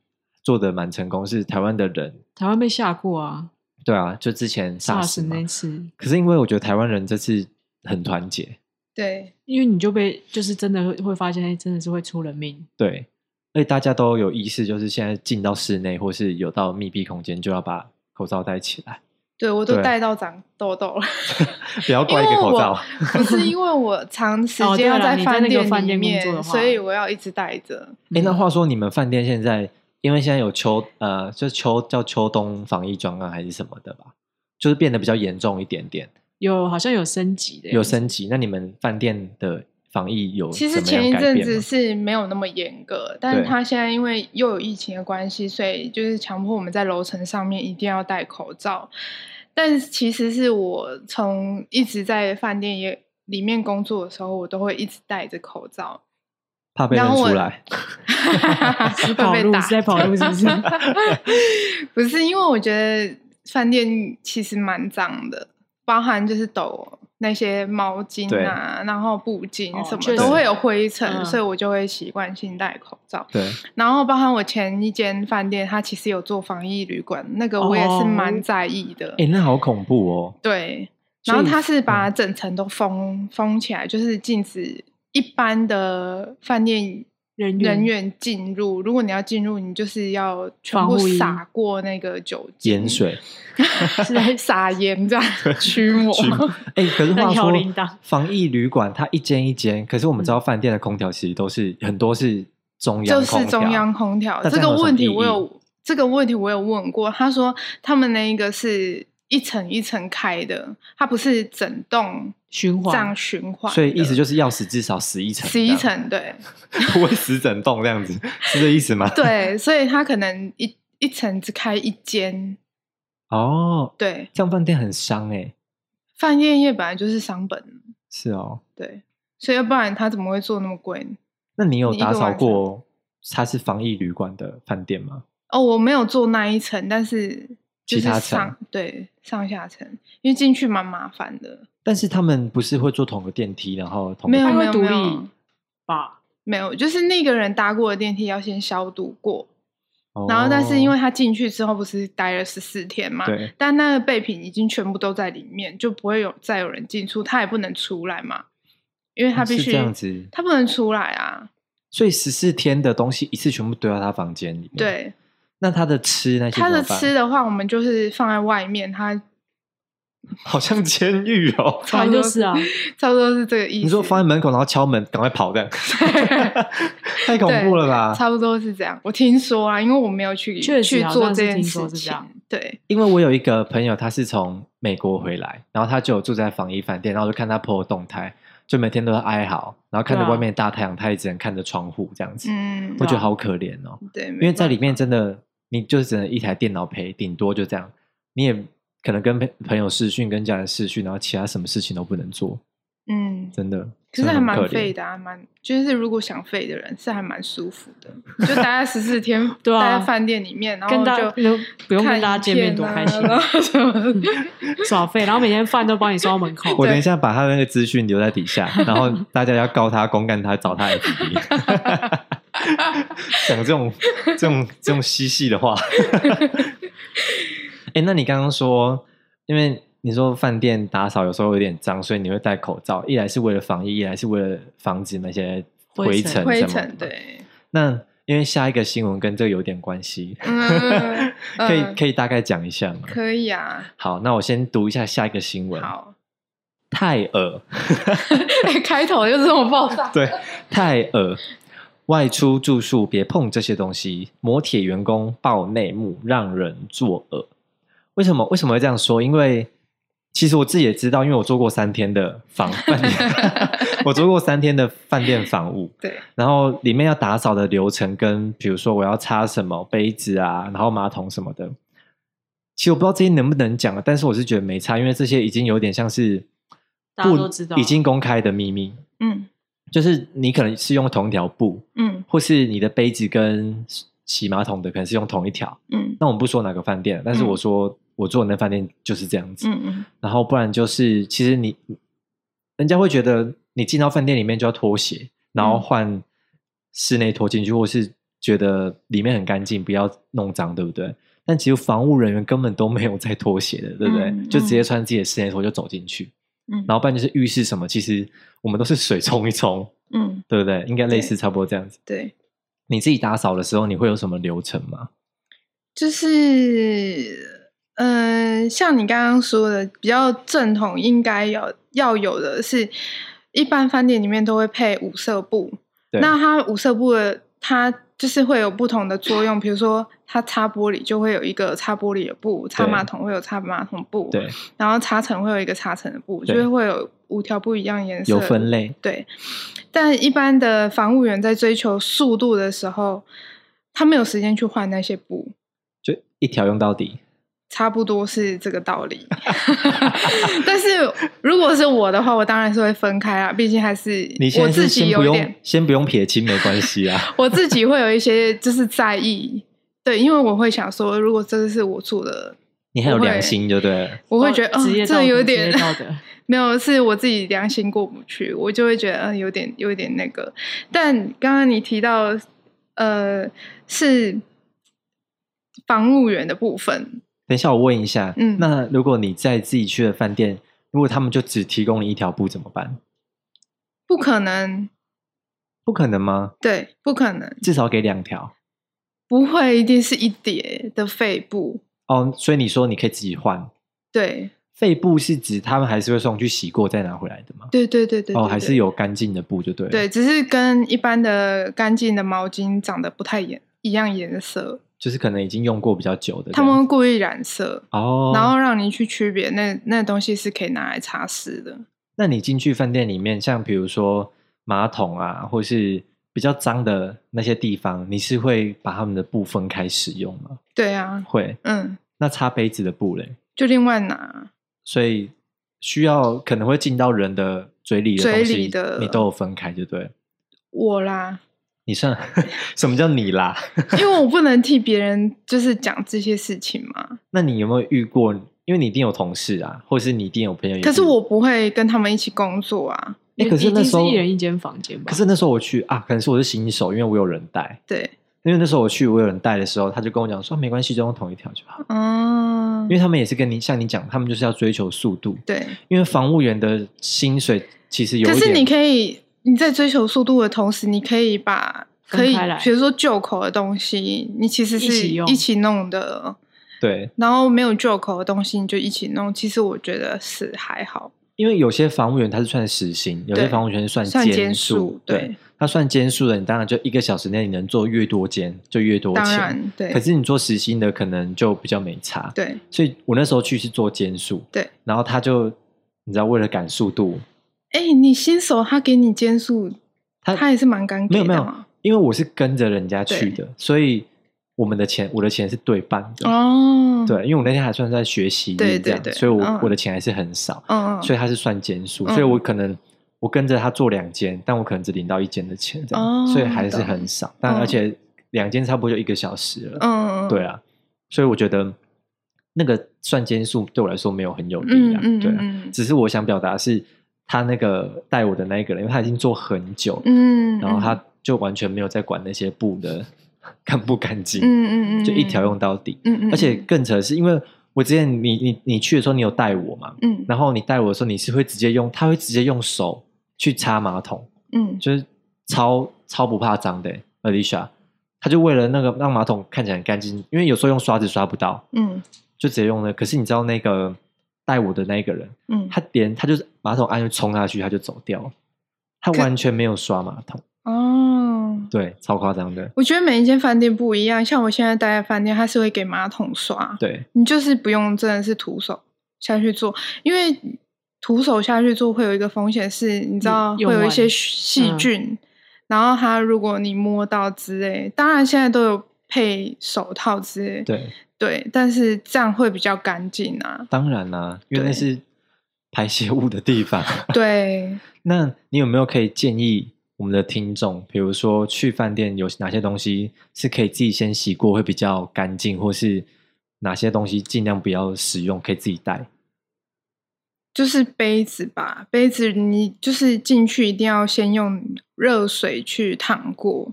Speaker 4: 做的蛮成功，是台湾的人，
Speaker 3: 台湾被吓过啊
Speaker 4: 对啊，就之前
Speaker 3: ，SARS
Speaker 4: SARS 嘛
Speaker 3: 那。次，
Speaker 4: 可是因为我觉得台湾人这次很团结，
Speaker 1: 对，
Speaker 3: 因为你就被就是真的会会发现，哎，真的是会出人命。
Speaker 4: 对，而且大家都有意识，就是现在进到室内或是有到密闭空间，就要把口罩戴起来，
Speaker 1: 对我都
Speaker 4: 对
Speaker 1: 戴到长痘痘了。
Speaker 4: 不要挂一个口罩。
Speaker 1: 不是因为我长时
Speaker 3: 哦对
Speaker 1: 间要
Speaker 3: 啦你在
Speaker 1: 饭
Speaker 3: 那个
Speaker 1: 店
Speaker 3: 饭
Speaker 1: 里
Speaker 3: 店工
Speaker 1: 面，
Speaker 3: 作的话
Speaker 1: 所以我要一直戴着。
Speaker 4: 哎、
Speaker 3: 嗯
Speaker 4: 那话说，你们饭店现在因为现在有秋呃，就是秋叫秋冬防疫专案还是什么的吧，就是变得比较严重一点点，
Speaker 3: 有好像有升级的，
Speaker 4: 有升级。那你们饭店的防疫有
Speaker 1: 其实
Speaker 4: 怎么
Speaker 1: 前
Speaker 4: 样
Speaker 1: 一
Speaker 4: 改
Speaker 1: 阵
Speaker 4: 变
Speaker 1: 子
Speaker 4: 吗
Speaker 1: 是没有那么严格，但是他现在因为又有疫情的关系，所以就是强迫我们在楼层上面一定要戴口罩。但其实是我从一直在饭店也里面工作的时候，我都会一直戴着口 罩，
Speaker 4: 怕被
Speaker 1: 然
Speaker 4: 认
Speaker 1: 后
Speaker 4: 出
Speaker 1: 我
Speaker 4: 来，
Speaker 1: 会
Speaker 3: 跑
Speaker 1: 被
Speaker 3: 路
Speaker 1: 打
Speaker 3: 是在跑路是不 是？
Speaker 1: 不是，因为我觉得饭店其实蛮脏的，包含就是抖那些毛巾啊，然后布巾
Speaker 3: 哦
Speaker 1: 什么、
Speaker 3: 确
Speaker 1: 都
Speaker 4: 实
Speaker 1: 会有灰尘，
Speaker 3: 嗯
Speaker 1: 所以我就会习惯性戴口罩。
Speaker 4: 对，
Speaker 1: 然后包含我前一间饭店，它其实有做防疫旅馆，那个我也
Speaker 3: 哦
Speaker 1: 是蛮在意的。
Speaker 4: 哎、那好恐怖哦。
Speaker 1: 对，
Speaker 4: 所
Speaker 1: 然后
Speaker 4: 以嗯
Speaker 1: 它是把整层都封封起来，就是禁止一般的饭店
Speaker 3: 人员
Speaker 1: 人员进入。如果你要进入，你就是要全
Speaker 3: 防
Speaker 1: 部
Speaker 3: 护衣
Speaker 1: 洒过那个酒精
Speaker 4: 盐，水，
Speaker 1: 是在撒盐 这样驱魔。
Speaker 4: 哎、可是
Speaker 3: 那
Speaker 4: 话
Speaker 3: 摇
Speaker 4: 说
Speaker 3: 铃铛，
Speaker 4: 防疫旅馆它一间一间，可是我们知道饭店的空调其实都是很多是中
Speaker 1: 嗯
Speaker 4: 央
Speaker 1: 就
Speaker 4: 空调，
Speaker 1: 是中央空调
Speaker 4: 那
Speaker 1: 这
Speaker 4: 这
Speaker 1: 个
Speaker 4: 样有什么
Speaker 1: 问题，
Speaker 4: 意义
Speaker 1: 我有这个问题我有问过，他说他们那一个是一层一层开的，它不是整栋
Speaker 3: 循
Speaker 1: 这
Speaker 3: 环
Speaker 1: 样循环的，
Speaker 4: 所以意思就是是要死至少十一层，
Speaker 1: 十一，层，对
Speaker 4: 不 会死整栋这样子，是这意思吗？
Speaker 1: 对，所以它可能一一层只开一间，
Speaker 4: 哦，
Speaker 1: 对，
Speaker 4: 这样饭店很伤哎、
Speaker 1: 饭店业本来就是商本，
Speaker 4: 是哦。
Speaker 1: 对，所以要不然它怎么会做那么贵呢？
Speaker 4: 那你有
Speaker 1: 你一个
Speaker 4: 打扫
Speaker 1: 晚上
Speaker 4: 过它是防疫旅馆的饭店吗？
Speaker 1: 哦，我没有做那一层，但是就
Speaker 4: 其
Speaker 1: 是
Speaker 4: 他层
Speaker 1: 上对上下层，因为进去蛮麻烦的，
Speaker 4: 但是他们不是会坐同个电梯，然后同个
Speaker 1: 没有
Speaker 3: 它
Speaker 1: 没有
Speaker 3: 会独
Speaker 1: 没有
Speaker 3: 立吧？
Speaker 1: 没有，就是那个人搭过的电梯要先消毒过，
Speaker 4: 哦
Speaker 1: 然后但是因为他进去之后不是待了十四天嘛，
Speaker 4: 对
Speaker 1: 但那个备品已经全部都在里面，就不会有再有人进出，他也不能出来嘛，因为他
Speaker 4: 哦
Speaker 1: 必
Speaker 4: 是
Speaker 1: 须
Speaker 4: 这样子
Speaker 1: 他不能出来啊，
Speaker 4: 所以十四天的东西一次全部堆到他房间里面。，
Speaker 1: 对，
Speaker 4: 那他的吃嗯那些
Speaker 1: 他的
Speaker 4: 怎么办
Speaker 1: 吃的话，我们就是放在外面，他
Speaker 4: 好像监狱哦。
Speaker 1: 差不
Speaker 3: 本来
Speaker 1: 多
Speaker 3: 就是啊，
Speaker 1: 差不多是这个意思。
Speaker 4: 你说放在门口，然后敲门，赶快跑 这样，太恐怖了吧？
Speaker 1: 差不多是这样，我听说啊，因为我没有去
Speaker 3: 确实
Speaker 1: 去
Speaker 3: 好
Speaker 1: 做
Speaker 3: 像
Speaker 1: 这
Speaker 3: 是
Speaker 1: 件
Speaker 3: 听
Speaker 1: 事
Speaker 3: 说是这
Speaker 1: 情
Speaker 3: 样，
Speaker 1: 对，
Speaker 4: 因为我有一个朋友，他是从美国回来，然后他就有住在防疫饭店，然后就看他 PO 的动态，就每天都在哀嚎，然后看着
Speaker 3: 对啊
Speaker 4: 外面的大太阳，他也只能看着窗户这样子，
Speaker 1: 嗯，
Speaker 4: 我觉得好可怜哦。
Speaker 1: 对，因
Speaker 4: 因为在里面真的，你就是只能一台电脑陪，顶多就这样，你也可能跟朋朋友视讯，跟家人视讯，然后其他什么事情都不能做，
Speaker 1: 嗯，
Speaker 4: 真的。
Speaker 1: 可是还
Speaker 4: 真的很
Speaker 1: 蛮
Speaker 4: 可怜
Speaker 1: 废的啊，蛮就是如果想废的人是还蛮舒服的，就待在十四天，
Speaker 3: 对啊
Speaker 1: 待在饭店里面，然后
Speaker 3: 跟大
Speaker 1: 就
Speaker 3: 就不用
Speaker 1: 看
Speaker 3: 跟大家
Speaker 1: 影
Speaker 3: 见面
Speaker 1: 片
Speaker 3: 多
Speaker 1: 啊
Speaker 3: 开 心
Speaker 1: 然后什么的
Speaker 3: 耍废，然后每天饭都帮你送到门口。
Speaker 4: 我等一下把他那个资讯留在底 下，然后大家要告他、公干他、找他 FB，讲这种这种这种嬉戏 的话。哎、那你刚刚说，因为你说饭店打扫有时候有点脏，所以你会戴口罩，一来是为了防疫，一来是为了防止那些
Speaker 3: 灰
Speaker 4: 灰
Speaker 3: 尘
Speaker 4: 尘
Speaker 1: 灰
Speaker 4: 什么的
Speaker 1: 尘，。对，
Speaker 4: 那因为下一个新闻跟这个有点关系，
Speaker 1: 嗯
Speaker 4: 可以
Speaker 1: 嗯
Speaker 4: 可以大概讲一下吗？
Speaker 1: 可以 啊，
Speaker 4: 好，那我先读一下下一个新闻。
Speaker 1: 好，
Speaker 4: 泰尔，
Speaker 1: 开头就这么爆炸，
Speaker 4: 对，泰尔外出住宿别碰这些东西，摩铁员工爆内幕，让人作呕。为什么为什么会这样说？因为其实我自己也知道，因为我做过三天的 房饭店， 我做过三天的饭店房务，
Speaker 1: 对，
Speaker 4: 然后里面要打扫的流程跟，比如说我要擦什么杯子啊，然后马桶什么的。其实我不知道这些能不能讲，但是我是觉得没差，因为这些已经有点像是
Speaker 3: 大家
Speaker 4: 不
Speaker 3: 都知道
Speaker 4: 已经公开的秘密，
Speaker 1: 嗯
Speaker 4: 就是你可能是用同一条布，
Speaker 1: 嗯
Speaker 4: 或是你的杯子跟洗马桶的可能是用同一条。
Speaker 1: 嗯
Speaker 4: 那我们不说哪个饭店，但是
Speaker 1: 嗯
Speaker 4: 我说我做的那饭店就是这样子。
Speaker 1: 嗯嗯，
Speaker 4: 然后不然就是，其实你人家会觉得你进到饭店里面就要脱鞋，然
Speaker 1: 嗯
Speaker 4: 后换室内拖进去，或是觉得里面很干净，不要弄脏，对不对？但其实防务人员根本都没有在脱鞋的，对不对？
Speaker 1: 嗯
Speaker 4: 就直接穿自己的室内拖就走进去，
Speaker 1: 嗯
Speaker 4: 然后不然就是浴室什么，其实我们都是水冲一冲，
Speaker 1: 嗯
Speaker 4: 对不对？应该类似差不多这样子。
Speaker 1: 对，
Speaker 4: 你自己打扫的时候，你会有什么流程吗？
Speaker 1: 就是，嗯、像你刚刚说的，比较正统应该有要有的是，一般饭店里面都会配五色布。
Speaker 4: 对，
Speaker 1: 那它五色布的，它就是会有不同的作用，比如说它擦玻璃就会有一个擦玻璃的布，擦
Speaker 4: 对
Speaker 1: 马桶会有擦马桶布，
Speaker 4: 对
Speaker 1: 然后擦尘会有一个擦尘的布，就
Speaker 4: 对
Speaker 1: 是会有五条不一样颜色，
Speaker 4: 有分类，
Speaker 1: 对，但一般的防务员在追求速度的时候，他没有时间去换那些布，
Speaker 4: 就一条用到底。
Speaker 1: 差不多是这个道理。 但是如果是我的话，我当然是会分开啊，毕竟还是
Speaker 4: 你现
Speaker 1: 我
Speaker 4: 在
Speaker 1: 自
Speaker 4: 是
Speaker 1: 己
Speaker 4: 先不
Speaker 1: 有
Speaker 4: 用
Speaker 1: 点，
Speaker 4: 先不用撇清，没关 系啊。
Speaker 1: 我自己会有一些就是在意，对，因为我会想说，如果这个是我做的，
Speaker 4: 你很有
Speaker 1: 我会
Speaker 4: 良心，对不对？
Speaker 1: 我会觉得，
Speaker 3: 哦
Speaker 1: 嗯、
Speaker 3: 职业道
Speaker 1: 这有
Speaker 3: 德
Speaker 1: 点
Speaker 3: 职业道德
Speaker 1: 没有，是我自己良心过不去，我就会觉得，嗯、有点有点那个。但刚刚你提到，呃，是防务员的部分，
Speaker 4: 等一下我问一下，
Speaker 1: 嗯
Speaker 4: 那如果你在自己去的饭店，如果他们就只提供你一条布怎么办？
Speaker 1: 不可能，
Speaker 4: 不可能吗？
Speaker 1: 对，不可能，
Speaker 4: 至少给两条
Speaker 1: 不会，一定是一叠的肺部，
Speaker 4: 哦。所以你说你可以自己换
Speaker 1: 对，
Speaker 4: 肺布，是指他们还是会送去洗过再拿回来的吗？
Speaker 1: 对对对对
Speaker 4: 哦，
Speaker 1: 对
Speaker 4: 还
Speaker 1: 对
Speaker 4: 是有干净的布就对了。
Speaker 1: 对，，只是跟一般的干净的毛巾长得不太颜一样颜色，
Speaker 4: 就是可能已经用过比较久的这样子。
Speaker 1: 他们会故意染色。
Speaker 4: 哦，
Speaker 1: 然后让你去区别那那东西是可以拿来擦拭的，
Speaker 4: 那你进去饭店里面，像比如说马桶啊，或是比较脏的那些地方，你是会把他们的布分开使用吗？
Speaker 1: 对啊，
Speaker 4: 会。
Speaker 1: 嗯，
Speaker 4: 那擦杯子的布嘞，
Speaker 1: 就另外拿。
Speaker 4: 所以需要可能会进到人的嘴里的
Speaker 1: 嘴
Speaker 4: 东西，
Speaker 1: 里的
Speaker 4: 你都有分开，就对。
Speaker 1: 我啦，
Speaker 4: 你算 什么叫你啦？
Speaker 1: 因为我不能替别人就是讲这些事情嘛。
Speaker 4: 那你有没有遇过？因为你一定有同事啊，或是你一定有朋友也。
Speaker 1: 可是我，不会跟他们一起工作啊，
Speaker 4: 哎、可
Speaker 3: 一
Speaker 4: 是那
Speaker 3: 定
Speaker 4: 时候
Speaker 3: 一人一间房间吧？
Speaker 4: 可是那时候我去啊，可能是我是新手，因为我有人带。
Speaker 1: 对，
Speaker 4: 因为那时候我去，我有人带的时候，他就跟我讲说、啊没关系，就用同一条就好。
Speaker 1: 嗯
Speaker 4: 因，为他们也是跟你像你讲，他们就是要追求速度。
Speaker 1: 对。
Speaker 4: 因为房务员的薪水其实有
Speaker 1: 可
Speaker 4: 一
Speaker 1: 是你
Speaker 4: 点，
Speaker 1: 可以你在追求速度的同时，你可以把可
Speaker 3: 分
Speaker 1: 以
Speaker 3: 开来
Speaker 1: 比如说旧口的东西，你其实
Speaker 3: 一
Speaker 1: 是
Speaker 3: 起用
Speaker 1: 一起弄的。
Speaker 4: 对，
Speaker 1: 然后没有旧口的东西你就一起弄，其实我觉得是还好，
Speaker 4: 因为有些房务员他是算时薪，有些
Speaker 1: 对
Speaker 4: 房务员是算
Speaker 1: 算间
Speaker 4: 数
Speaker 1: 数，，对，
Speaker 4: 他算间数的，你当然就一个小时内你能做越多间就越多
Speaker 1: 当
Speaker 4: 钱。
Speaker 1: 然对
Speaker 4: 可，是你做时薪的可能就比较没差。
Speaker 1: 对
Speaker 4: 所以我那时候去是做间数，
Speaker 1: 对。
Speaker 4: 然后他就你知道为了赶速度，
Speaker 1: 哎、你新手他给你间数，
Speaker 4: 他
Speaker 1: 他也是蛮敢
Speaker 4: 没
Speaker 1: 给
Speaker 4: 有
Speaker 1: 的啊
Speaker 4: 没有
Speaker 1: 嘛。，
Speaker 4: 因为我是跟着人家去的，所以我们的钱我的钱是对半的。
Speaker 1: 哦，
Speaker 4: 对，因为我那天还算在学习日这
Speaker 1: 对
Speaker 4: 样，
Speaker 1: 对对
Speaker 4: 所以我、
Speaker 1: 嗯
Speaker 4: 我的钱还是很少，
Speaker 1: 嗯，嗯，
Speaker 4: 所以他是算间数，
Speaker 1: 嗯
Speaker 4: 所以我可能我跟着他做两间，但我可能只领到一间的钱，这样，
Speaker 1: 哦
Speaker 4: 所以还是很少。但
Speaker 1: 嗯
Speaker 4: 而且两间差不多就一个小时了，
Speaker 1: 嗯，嗯
Speaker 4: 对，啊，所以我觉得那个算间数对我来说没有很有力
Speaker 1: 嗯
Speaker 4: 啊，
Speaker 1: 嗯
Speaker 4: 对啊，
Speaker 1: 嗯
Speaker 4: 只是我想表达的是他那个带我的那一个人，因为他已经做很久，
Speaker 1: 嗯，
Speaker 4: 然后他就完全没有在管那些布的 干不干净，
Speaker 1: 嗯，嗯嗯嗯，
Speaker 4: 就一条用到底。
Speaker 1: 嗯，嗯嗯，
Speaker 4: 而且更扯的是，因为我之前你你你去的时候，你有带我嘛？
Speaker 1: 嗯
Speaker 4: 然后你带我的时候，你是会直接用，他会直接用手去擦马桶，
Speaker 1: 嗯
Speaker 4: 就是超超不怕脏的、欸、，Alicia。他就为了那个让马桶看起来很干净，因为有时候用刷子刷不到，
Speaker 1: 嗯
Speaker 4: 就直接用那。可是你知道那个带我的那一个人，
Speaker 1: 嗯，
Speaker 4: 他连他就是马桶按钮冲下去，他就走掉了，他
Speaker 1: 可
Speaker 4: 完全没有刷马桶，
Speaker 1: 哦。
Speaker 4: 对，超夸张的，
Speaker 1: 我觉得每一间饭店不一样，像我现在待的饭店，它是会给马桶刷，
Speaker 4: 对。
Speaker 1: 你就是不用真的是徒手下去做，因为徒手下去做会有一个风险是，你知道
Speaker 3: 用
Speaker 1: 会有一
Speaker 3: 完
Speaker 1: 些细
Speaker 3: 嗯
Speaker 1: 菌，然后它如果你摸到之类，当然现在都有配手套之类，
Speaker 4: 对，
Speaker 1: 对，但是这样会比较干净啊。
Speaker 4: 当然啦、因为那
Speaker 1: 对
Speaker 4: 是排泄物的地方。
Speaker 1: 对，
Speaker 4: 那你有没有可以建议我们的听众，比如说去饭店有哪些东西是可以自己先洗过会比较干净，或是哪些东西尽量不要使用，可以自己带？
Speaker 1: 就是杯子吧，杯子你就是进去一定要先用热水去烫过，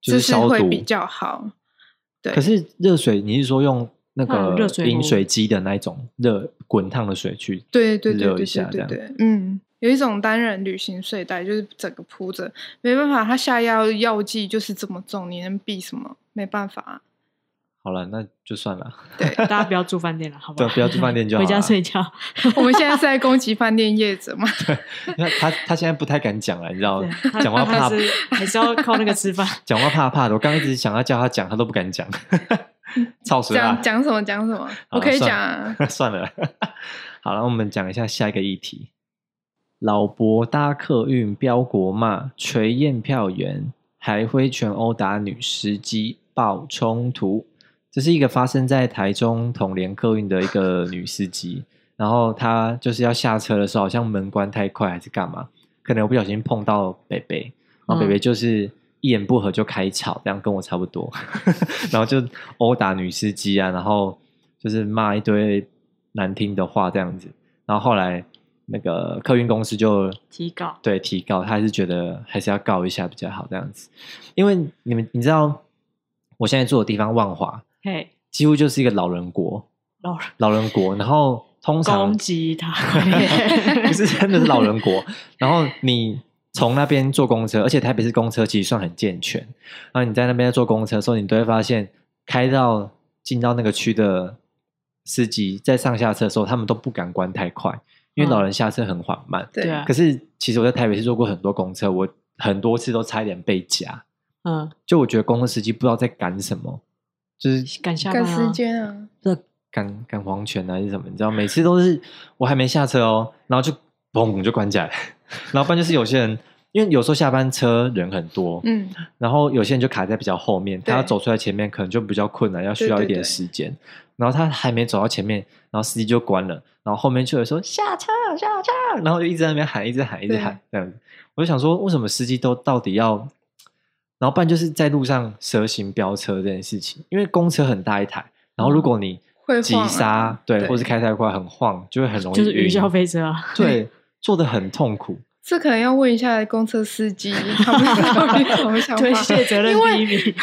Speaker 4: 就是
Speaker 1: 是
Speaker 4: 消
Speaker 1: 会
Speaker 4: 毒
Speaker 1: 比较好。对，
Speaker 4: 可是热水，你是说用那
Speaker 3: 它有
Speaker 4: 个
Speaker 3: 热水壶
Speaker 4: 饮水机的那一种热滚烫的水去？
Speaker 1: 对对对
Speaker 4: 热一
Speaker 1: 对
Speaker 4: 下
Speaker 1: 对
Speaker 4: 这
Speaker 1: 对
Speaker 4: 样
Speaker 1: 对，嗯，有一种单人旅行睡袋，就是整个铺着，没办法，它下药药剂就是这么重，你能避什么？没办法啊、
Speaker 4: 好了，那就算了，
Speaker 3: 大家不要住饭店了，好不
Speaker 4: 对，
Speaker 3: 好？
Speaker 4: 不要住饭店就好
Speaker 3: 回
Speaker 4: 了。
Speaker 3: 家睡觉。
Speaker 1: 我们现在是在攻击饭店业者嘛？
Speaker 4: 因为他他现在不太敢讲了，你知道吗
Speaker 3: 对，他
Speaker 4: 讲话
Speaker 3: 他
Speaker 4: 怕
Speaker 3: 是 还是要靠那个吃饭。
Speaker 4: 讲话怕怕的。我刚一直想要叫他讲，他都不敢 讲，超时
Speaker 1: 讲
Speaker 4: 啊！
Speaker 1: 讲什么讲什么？
Speaker 4: 好
Speaker 1: 我可以
Speaker 4: 算
Speaker 1: 讲、
Speaker 4: 了
Speaker 1: 啊。
Speaker 4: 算了。好了，我们讲一下下一个议题。老伯搭客运飙国骂，锤验票员，还挥拳殴打女司机，爆冲突。这是一个发生在台中统联客运的一个女司机，然后她就是要下车的时候，好像门关太快还是干嘛，可能我不小心碰到北北，然后北北
Speaker 3: 嗯
Speaker 4: 就是一言不合就开吵，这样跟我差不 多，然后就殴打女司机啊，然后就是骂一堆难听的话这样子，然后后来那个客运公司就
Speaker 3: 提告
Speaker 4: 对提告，他还是觉得还是要告一下比较好这样子，因为你们你知道我现在住的地方万华，
Speaker 3: 嘿，
Speaker 4: 几乎就是一个老人国，
Speaker 3: 老人
Speaker 4: 老人国，然后通常
Speaker 3: 攻 击他，
Speaker 4: 不是真的是老人国。然后你从那边坐公车，而且台北市公车其实算很健全。然后你在那边坐公车的时候，你都会发现开到进到那个区的司机在上下车的时候，他们都不敢关太快，因为老人下车很缓慢。
Speaker 3: 对啊
Speaker 4: 可是其实我在台北市坐过很多公车，我很多次都差一点被夹。
Speaker 3: 嗯，
Speaker 4: 就我觉得公车司机不知道在赶什么，就是
Speaker 3: 赶下班
Speaker 1: 赶时
Speaker 3: 啊，
Speaker 1: 间啊，
Speaker 4: 这赶赶黄泉啊还是什么？你知道，每次都是我还没下车哦，然后就嘣就关起来， 然后不然就是有些人，因为有时候下班车人很多，
Speaker 1: 嗯，
Speaker 4: 然后有些人就卡在比较后面，
Speaker 1: 对
Speaker 4: 他要走出来前面可能就比较困难，要需要一
Speaker 1: 对对
Speaker 4: 点
Speaker 1: 对
Speaker 4: 时间。然后他还没走到前面，然后司机就关了，然后后面就有说下车下车，然后就一直在那边喊，一直喊，一直喊这样子。我就想说，为什么司机都到底要？然后不然就是在路上蛇行飙车这件事情，因为公车很大一台，然
Speaker 1: 嗯
Speaker 4: 后如果你
Speaker 1: 会
Speaker 4: 急
Speaker 1: 晃啊
Speaker 4: 刹，对，
Speaker 1: 对
Speaker 4: 或是开太快很晃，就会很容易
Speaker 3: 就是云
Speaker 4: 晕
Speaker 3: 霄飞车啊，
Speaker 4: 对，做的很痛苦。
Speaker 1: 这可能要问一下公车司机，他们到 底怎么想法？
Speaker 3: 推卸责任
Speaker 1: 因为
Speaker 3: 第一名，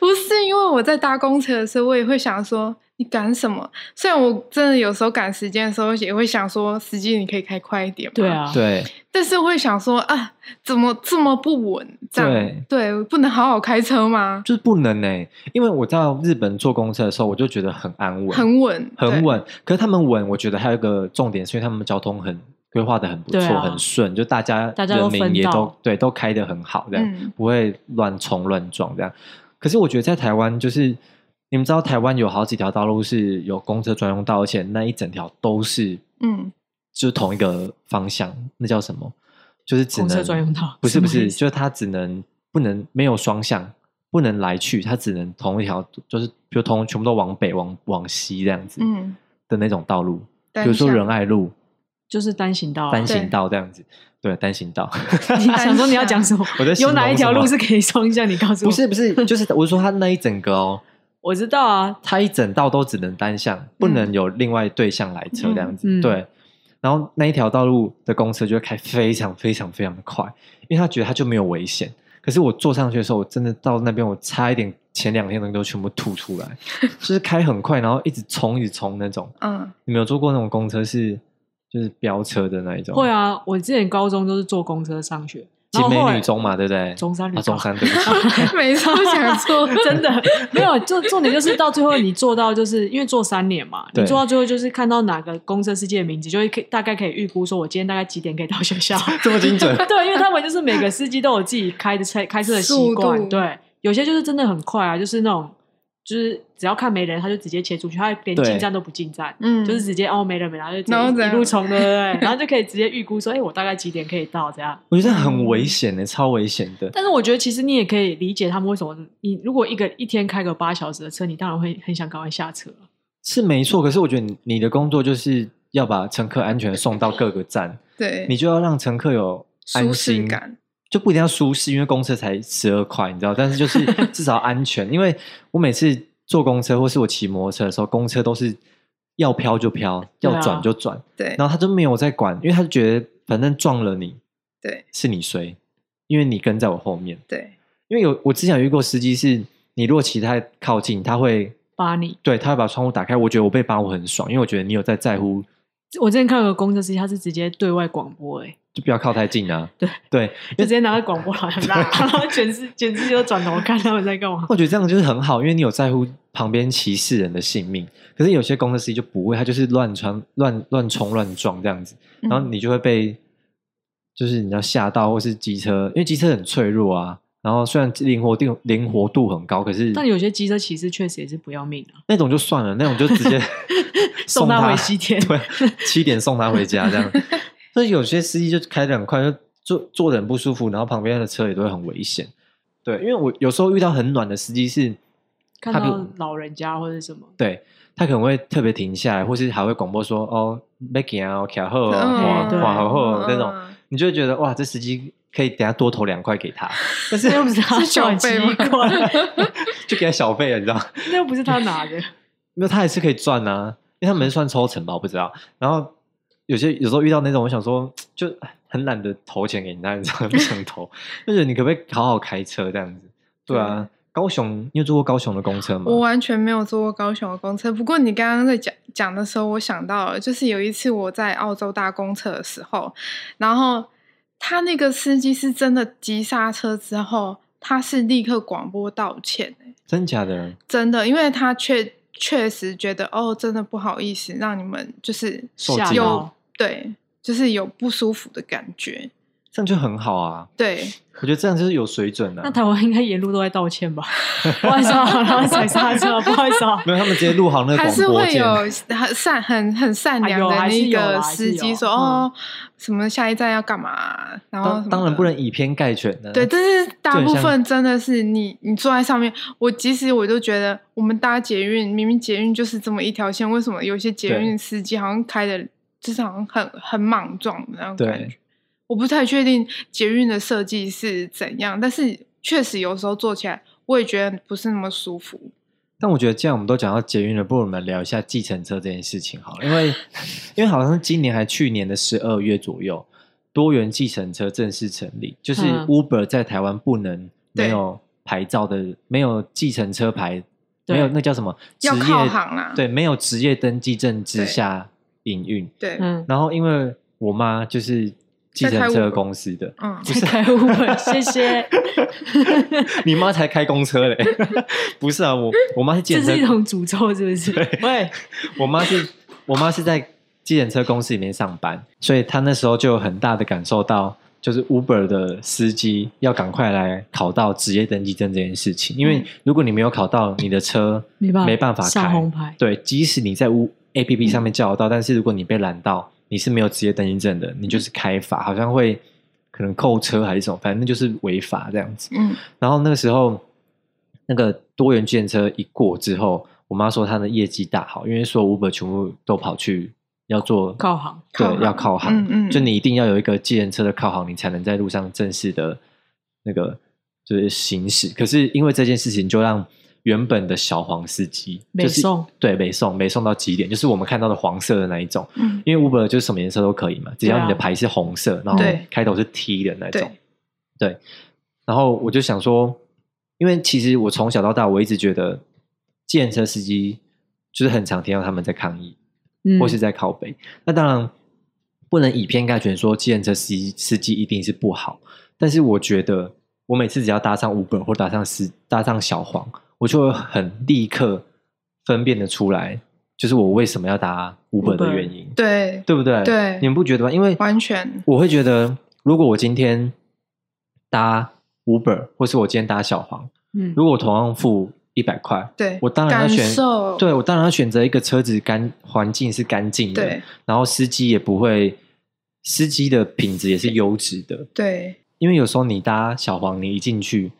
Speaker 1: 不是因为我在搭公车的时候，我也会想说你赶什么？虽然我真的有时候赶时间的时候，也会想说司机你可以开快一点嘛。
Speaker 3: 对，啊，
Speaker 4: 对，
Speaker 1: 但是会想说啊，怎么这么不稳？这样
Speaker 4: 对
Speaker 1: 对，不能好好开车吗？
Speaker 4: 就是不能呢、欸因为我到日本坐公车的时候，我就觉得很安稳，
Speaker 1: 很稳，
Speaker 4: 很
Speaker 1: 对。
Speaker 4: 稳。可是他们稳，我觉得还有一个重点，是因为他们交通很规划的很不
Speaker 3: 对
Speaker 4: 错，
Speaker 3: 啊
Speaker 4: 很顺，就大家
Speaker 3: 大家都
Speaker 4: 人民也
Speaker 3: 分
Speaker 4: 都
Speaker 3: 道
Speaker 4: 对都开得很好，这样、
Speaker 1: 嗯
Speaker 4: 不会乱冲乱撞这样。可是我觉得在台湾，就是你们知道台湾有好几条道路是有公车专用道，而且那一整条都是
Speaker 1: 嗯，
Speaker 4: 就是同一个方向，那叫什么？就是只能
Speaker 3: 公车专用道
Speaker 4: 不是不
Speaker 3: 什么
Speaker 4: 是，
Speaker 3: 意思
Speaker 4: 就是它只能不能没有双向，不能来去，它只能同一条，就是比如同全部都往北往往西这样子，
Speaker 1: 嗯，
Speaker 4: 的那种道路，比
Speaker 1: 单
Speaker 4: 如说
Speaker 1: 向
Speaker 4: 仁爱路、
Speaker 3: 就是单行道啊。
Speaker 4: 单行道这样子，对，单行道。
Speaker 3: 你想说你要讲什么？
Speaker 4: 我在形
Speaker 3: 有
Speaker 4: 容
Speaker 3: 哪一条
Speaker 4: 什么
Speaker 3: 路是 可以双向？你告诉我。
Speaker 4: 不是，不是，就是我是说它那一整个哦，
Speaker 3: 我知道啊，
Speaker 4: 它一整道都只能单向，不能有另外对向来车这样子。
Speaker 3: 嗯嗯嗯
Speaker 4: 对，然后那一条道路的公车就会开非常非常非常的快，因为他觉得他就没有危险。可是我坐上去的时候，我真的到那边，我差一点前两天的东西都全部吐出 来，就是开很快，然后一直冲，一直冲那种。
Speaker 1: 嗯，
Speaker 4: 你们有坐过那种公车是就是飙车的那一种？
Speaker 3: 会啊，我之前高中都是坐公车上学，
Speaker 4: 景
Speaker 3: 然后
Speaker 4: 美
Speaker 3: 后来
Speaker 4: 女中嘛，对不对？
Speaker 3: 中山女
Speaker 4: 啊，中
Speaker 3: 中
Speaker 4: 山对不起，
Speaker 1: 每 次都想 说
Speaker 3: 真的 没有，就重点就是到最后你做到，就是因为做三年嘛，
Speaker 4: 对
Speaker 3: 你做到最后就是看到哪个公车司机的名字，就会可以大概可以预估说，我今天大概几点可以到学校。
Speaker 4: 这么精准。
Speaker 3: 对，因为他们就是每个司机都有自己开的车开车的习
Speaker 1: 速
Speaker 3: 惯，
Speaker 1: 度
Speaker 3: 对，有些就是真的很快啊，就是那种就是只要看没人，他就直接切出去，他连
Speaker 4: 对
Speaker 3: 进站都不进站。
Speaker 1: 嗯，
Speaker 3: 就是直接哦，没人没人，他就直
Speaker 1: 然后
Speaker 3: 接
Speaker 1: 怎
Speaker 3: 一
Speaker 1: 样
Speaker 3: 路冲，对不对？然后就可以直接预估说，哎、我大概几点可以到这样。
Speaker 4: 我觉得很危险的，超危险的。
Speaker 3: 但是我觉得其实你也可以理解他们为什么，你如果一个一天开个八小时的车，你当然会很想赶快下车。
Speaker 4: 是没错，可是我觉得你你的工作就是要把乘客安全地送到各个站，
Speaker 1: 对，
Speaker 4: 你就要让乘客有安
Speaker 1: 舒适
Speaker 4: 心
Speaker 1: 感，
Speaker 4: 就不一定要舒适，因为公车才十二块，你知道，但是就是 至少安全。因为我每次坐公车或是我骑摩托车的时候，公车都是要飘就飘，
Speaker 3: 对啊
Speaker 4: 要转就转，
Speaker 1: 对
Speaker 4: 然后他就没有在管，因为他就觉得反正撞了你
Speaker 1: 对
Speaker 4: 是你衰，因为你跟在我后面。
Speaker 1: 对，
Speaker 4: 因为有我之前有遇过司机是，你如果骑太靠近，他会
Speaker 3: 巴你
Speaker 4: 对，他会把窗户打开。我觉得我被扒，我很爽，因为我觉得你有在在乎
Speaker 3: 我之前看有个公车司机，他是直接对外广播、欸，哎，
Speaker 4: 就不要靠太近啊。
Speaker 3: 对
Speaker 4: 对，
Speaker 3: 就直接拿个广播来拉，然后全世全世界都转头看他们在干嘛。
Speaker 4: 我觉得这样就是很好，因为你有在乎旁边骑士人的性命。可是有些公车司机就不会，他就是乱穿、乱乱冲、乱撞这样子，
Speaker 3: 嗯
Speaker 4: 然
Speaker 1: 嗯
Speaker 4: 后你就会被，就是你要吓到，或是机车，因为机车很脆弱啊。然后虽然灵活定灵活度很高，可是
Speaker 3: 但有些机车骑士确实也是不要命啊，
Speaker 4: 那种就算了，那种就直 接
Speaker 3: 送他回 西天
Speaker 4: 对，七点送他回家这 样。所以有些司机就开的很快，就坐坐的很不舒服，然后旁边的车也都会很危险。对，因为我有时候遇到很暖的司机是，
Speaker 3: 看
Speaker 4: 他
Speaker 3: 到
Speaker 4: 不
Speaker 3: 老人家或者什么，
Speaker 4: 对他可能会特别停下来，或是还会广播说：“哦 m a k i n 啊，卡后啊，
Speaker 1: 嗯
Speaker 3: 对
Speaker 4: 哇哇好后那种
Speaker 1: 嗯，
Speaker 4: 你就会觉得哇，这司机可以等下多投两块给 他，但是
Speaker 3: 那又不是他
Speaker 1: 是小
Speaker 3: 赚
Speaker 1: 费吗
Speaker 3: 奇怪，
Speaker 4: 就给他小费了，你知道吗？
Speaker 3: 那又不是他拿的，
Speaker 4: 没有，他还是可以赚啊，因为他们算抽成吧，我不知道。然后有些有时候遇到那种，我想说就很懒得投钱给你，那你知道不想 投，就是你可不可以好好开车这样子？对啊，高雄，你有坐过高雄的公车吗？
Speaker 1: 嗯我完全没有坐过高雄的公车，不过你刚刚在讲讲的时候，我想到了，就是有一次我在澳洲搭公车的时候，然后他那个司机是真的急刹车之后，他是立刻广播道歉、欸
Speaker 4: 真假的
Speaker 1: 真的，因为他确确实觉得哦，真的不好意思，让你们就是
Speaker 4: 受
Speaker 3: 吓
Speaker 4: 惊
Speaker 1: 有
Speaker 3: 到
Speaker 1: 对，就是有不舒服的感觉，
Speaker 4: 这样就很好啊，
Speaker 1: 对，
Speaker 4: 我觉得这样就是有水准的、啊
Speaker 3: 那台湾应该沿路都在道歉吧？不好意思啊，然后踩刹车，不好意思啊。
Speaker 4: 没有，他们直接录好那个
Speaker 1: 还
Speaker 4: 广
Speaker 1: 是
Speaker 4: 播
Speaker 1: 会
Speaker 4: 键，
Speaker 1: 有很善、很很善良
Speaker 3: 哎有
Speaker 1: 的
Speaker 3: 还是
Speaker 1: 那
Speaker 3: 有啦
Speaker 1: 个
Speaker 3: 还是
Speaker 1: 司机
Speaker 3: 有
Speaker 1: 说：“
Speaker 3: 嗯
Speaker 1: 哦，什么下一站要干嘛啊？”然后什
Speaker 4: 当
Speaker 1: 么
Speaker 4: 当然
Speaker 1: 的
Speaker 4: 不能以偏概全啊的、
Speaker 1: 对，但是大
Speaker 4: 很
Speaker 1: 部
Speaker 4: 像
Speaker 1: 分真的是你你坐在上面，我即使我都觉得我们搭捷运，明明捷运就是这么一条线，为什么有些捷
Speaker 4: 对
Speaker 1: 运司机好像开的就是好像很很莽撞的那种
Speaker 4: 对
Speaker 1: 感觉？我不太确定捷运的设计是怎样，但是确实有时候坐起来，我也觉得不是那么舒服。
Speaker 4: 但我觉得，既然我们都讲到捷运了，不如我们聊一下计程车这件事情好了，因为因为好像今年还去年的十二月左右，多元计程车正式成立，就是
Speaker 3: 嗯
Speaker 4: Uber 在台湾不能
Speaker 1: 对
Speaker 4: 没有牌照的，没有计程车牌，
Speaker 3: 对
Speaker 4: 没有那叫什么职
Speaker 1: 要
Speaker 4: 业
Speaker 1: 靠行啊啦
Speaker 4: 对，没有职业登记证之下营运。
Speaker 1: 对，
Speaker 3: 嗯，
Speaker 4: 然后因为我妈就是计程
Speaker 1: 在开
Speaker 4: 车
Speaker 1: Uber
Speaker 4: 公司的，
Speaker 1: 嗯，
Speaker 3: 在开 Uber，谢谢。
Speaker 4: 你妈才开 公车嘞，不是啊，我我妈是计
Speaker 3: 这
Speaker 4: 程车
Speaker 3: 是一种诅咒，是不是？喂，
Speaker 4: 我妈是，我妈是在计程车公司里面上班，所以她那时候就有很大的感受到，就是 Uber 的司机要赶快来考到职业登记证这件事情，因为如果你没有考到，你的车
Speaker 3: 嗯没办法，嗯
Speaker 4: 没办法
Speaker 3: 上红
Speaker 4: 开。
Speaker 3: 牌。
Speaker 4: 对，即使你在 U A P P 上面叫得到，但是如果你被拦到，你是没有职业登记证的，你
Speaker 3: 嗯
Speaker 4: 就是开罚，好像会可能扣车还是什么，反正就是违法这样子。
Speaker 1: 嗯，
Speaker 4: 然后那个时候，那个多元建车一过之后，我妈说她的业绩大好，因为所有 Uber 全部都跑去要做
Speaker 3: 靠行
Speaker 4: 对
Speaker 1: 靠，行
Speaker 4: 要靠行，
Speaker 1: 嗯嗯
Speaker 4: 就你一定要有一个计程车的靠行，你才能在路上正式的那个就是行驶。可是因为这件事情，就让原本的小黄司机
Speaker 3: 北宋
Speaker 4: 就是、对北宋北宋到极点，就是我们看到的黄色的那一种。
Speaker 1: 嗯
Speaker 4: 因为 Uber 就是什么颜色都可以嘛，只要你的
Speaker 3: 对啊
Speaker 4: 牌是红色，然后
Speaker 1: 对
Speaker 4: 开头是 T 的那种
Speaker 1: 对，
Speaker 4: 对。然后我就想说，因为其实我从小到大，我一直觉得，计程车司机就是很常听到他们在抗议，
Speaker 3: 嗯
Speaker 4: 或是在靠北。那当然不能以偏概全说计程车司机司机一定是不好，但是我觉得我每次只要搭上 Uber 或搭上司搭上小黄，我就会很立刻分辨的出来，就是我为什么要搭 Uber 的
Speaker 3: Uber
Speaker 4: 原因，
Speaker 1: 对，
Speaker 4: 对不对？
Speaker 1: 对
Speaker 4: 你们不觉得吗？因为
Speaker 1: 完全
Speaker 4: 我会觉得，如果我今天搭 Uber 或是我今天搭小黄，
Speaker 3: 嗯
Speaker 4: 如果我同样付一百块。
Speaker 1: 对，
Speaker 4: 我当然要
Speaker 1: 感
Speaker 4: 选
Speaker 1: 受，
Speaker 4: 对，我当然要选择一个车子干环境是干净的，
Speaker 1: 对
Speaker 4: 然后司机也不会，司机的品质也是优质的，
Speaker 1: 对，
Speaker 4: 因为有时候你搭小黄，你一进去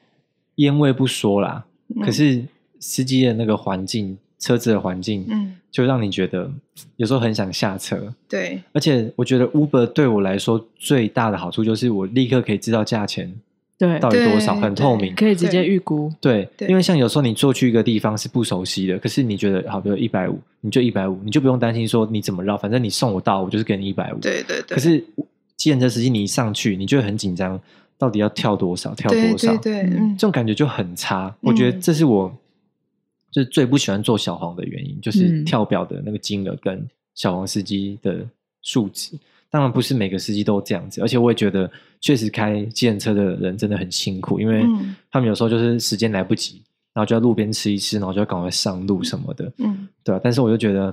Speaker 4: 烟味不说啦，
Speaker 1: 嗯
Speaker 4: 可是司机的那个环境，车子的环境，
Speaker 1: 嗯，
Speaker 4: 就让你觉得有时候很想下车。
Speaker 1: 对
Speaker 4: 而且我觉得 Uber 对我来说最大的好处就是我立刻可以知道价钱
Speaker 3: 对，
Speaker 4: 到底多少，
Speaker 1: 对
Speaker 4: 很透
Speaker 1: 对
Speaker 4: 明。
Speaker 3: 可以直接预估。
Speaker 4: 对，
Speaker 1: 对
Speaker 4: 因为像有时候你坐去一个地方是不熟悉的，可是你觉得好，比如一百五，你就一百五，你就不用担心说你怎么绕，反正你送我到，我就是给你一百五。，
Speaker 1: 对对对，
Speaker 4: 可是计程车司机你一上去，你就会很紧张，到底要跳多少，跳
Speaker 1: 对
Speaker 4: 多少，
Speaker 1: 对对，
Speaker 3: 嗯
Speaker 1: 嗯
Speaker 4: 这，种感觉就很差。我觉得这是我就是最不喜欢做小黄的原因，就是
Speaker 3: 嗯
Speaker 4: 跳表的那个金额跟小黄司机的数值。当然不是每个司机都这样子，而且我也觉得，确实开计程车的人真的很辛苦，因为
Speaker 1: 嗯
Speaker 4: 他们有时候就是时间来不及，然后就在路边吃一吃，然后就要赶快上路什么的。
Speaker 1: 嗯
Speaker 4: 对啊，但是我就觉得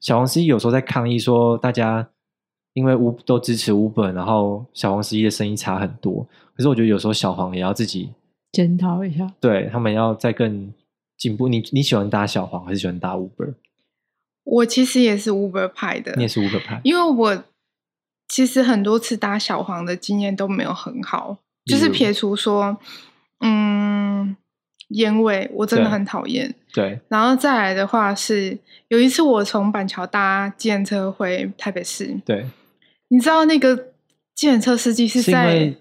Speaker 4: 小黄司机有时候在抗议说，大家因为乌都支持乌本，然后小黄司机的生意差很多。可是我觉得有时候小黄也要自己
Speaker 3: 检讨一下。
Speaker 4: 对他们要再更进步。你你喜欢搭小黄还是喜欢搭 Uber？
Speaker 1: 我其实也是 Uber 派的，
Speaker 4: 你也是 Uber 派，
Speaker 1: 因为我其实很多次搭小黄的经验都没有很好，
Speaker 4: 例
Speaker 1: 就
Speaker 4: 如
Speaker 1: 是撇除说，嗯，烟味我真的
Speaker 4: 对
Speaker 1: 很讨厌。
Speaker 4: 对，
Speaker 1: 然后再来的话是，有一次我从板桥搭计程车回台北市，
Speaker 4: 对，
Speaker 1: 你知道那个计程车司机是
Speaker 4: 是因
Speaker 1: 在
Speaker 4: 为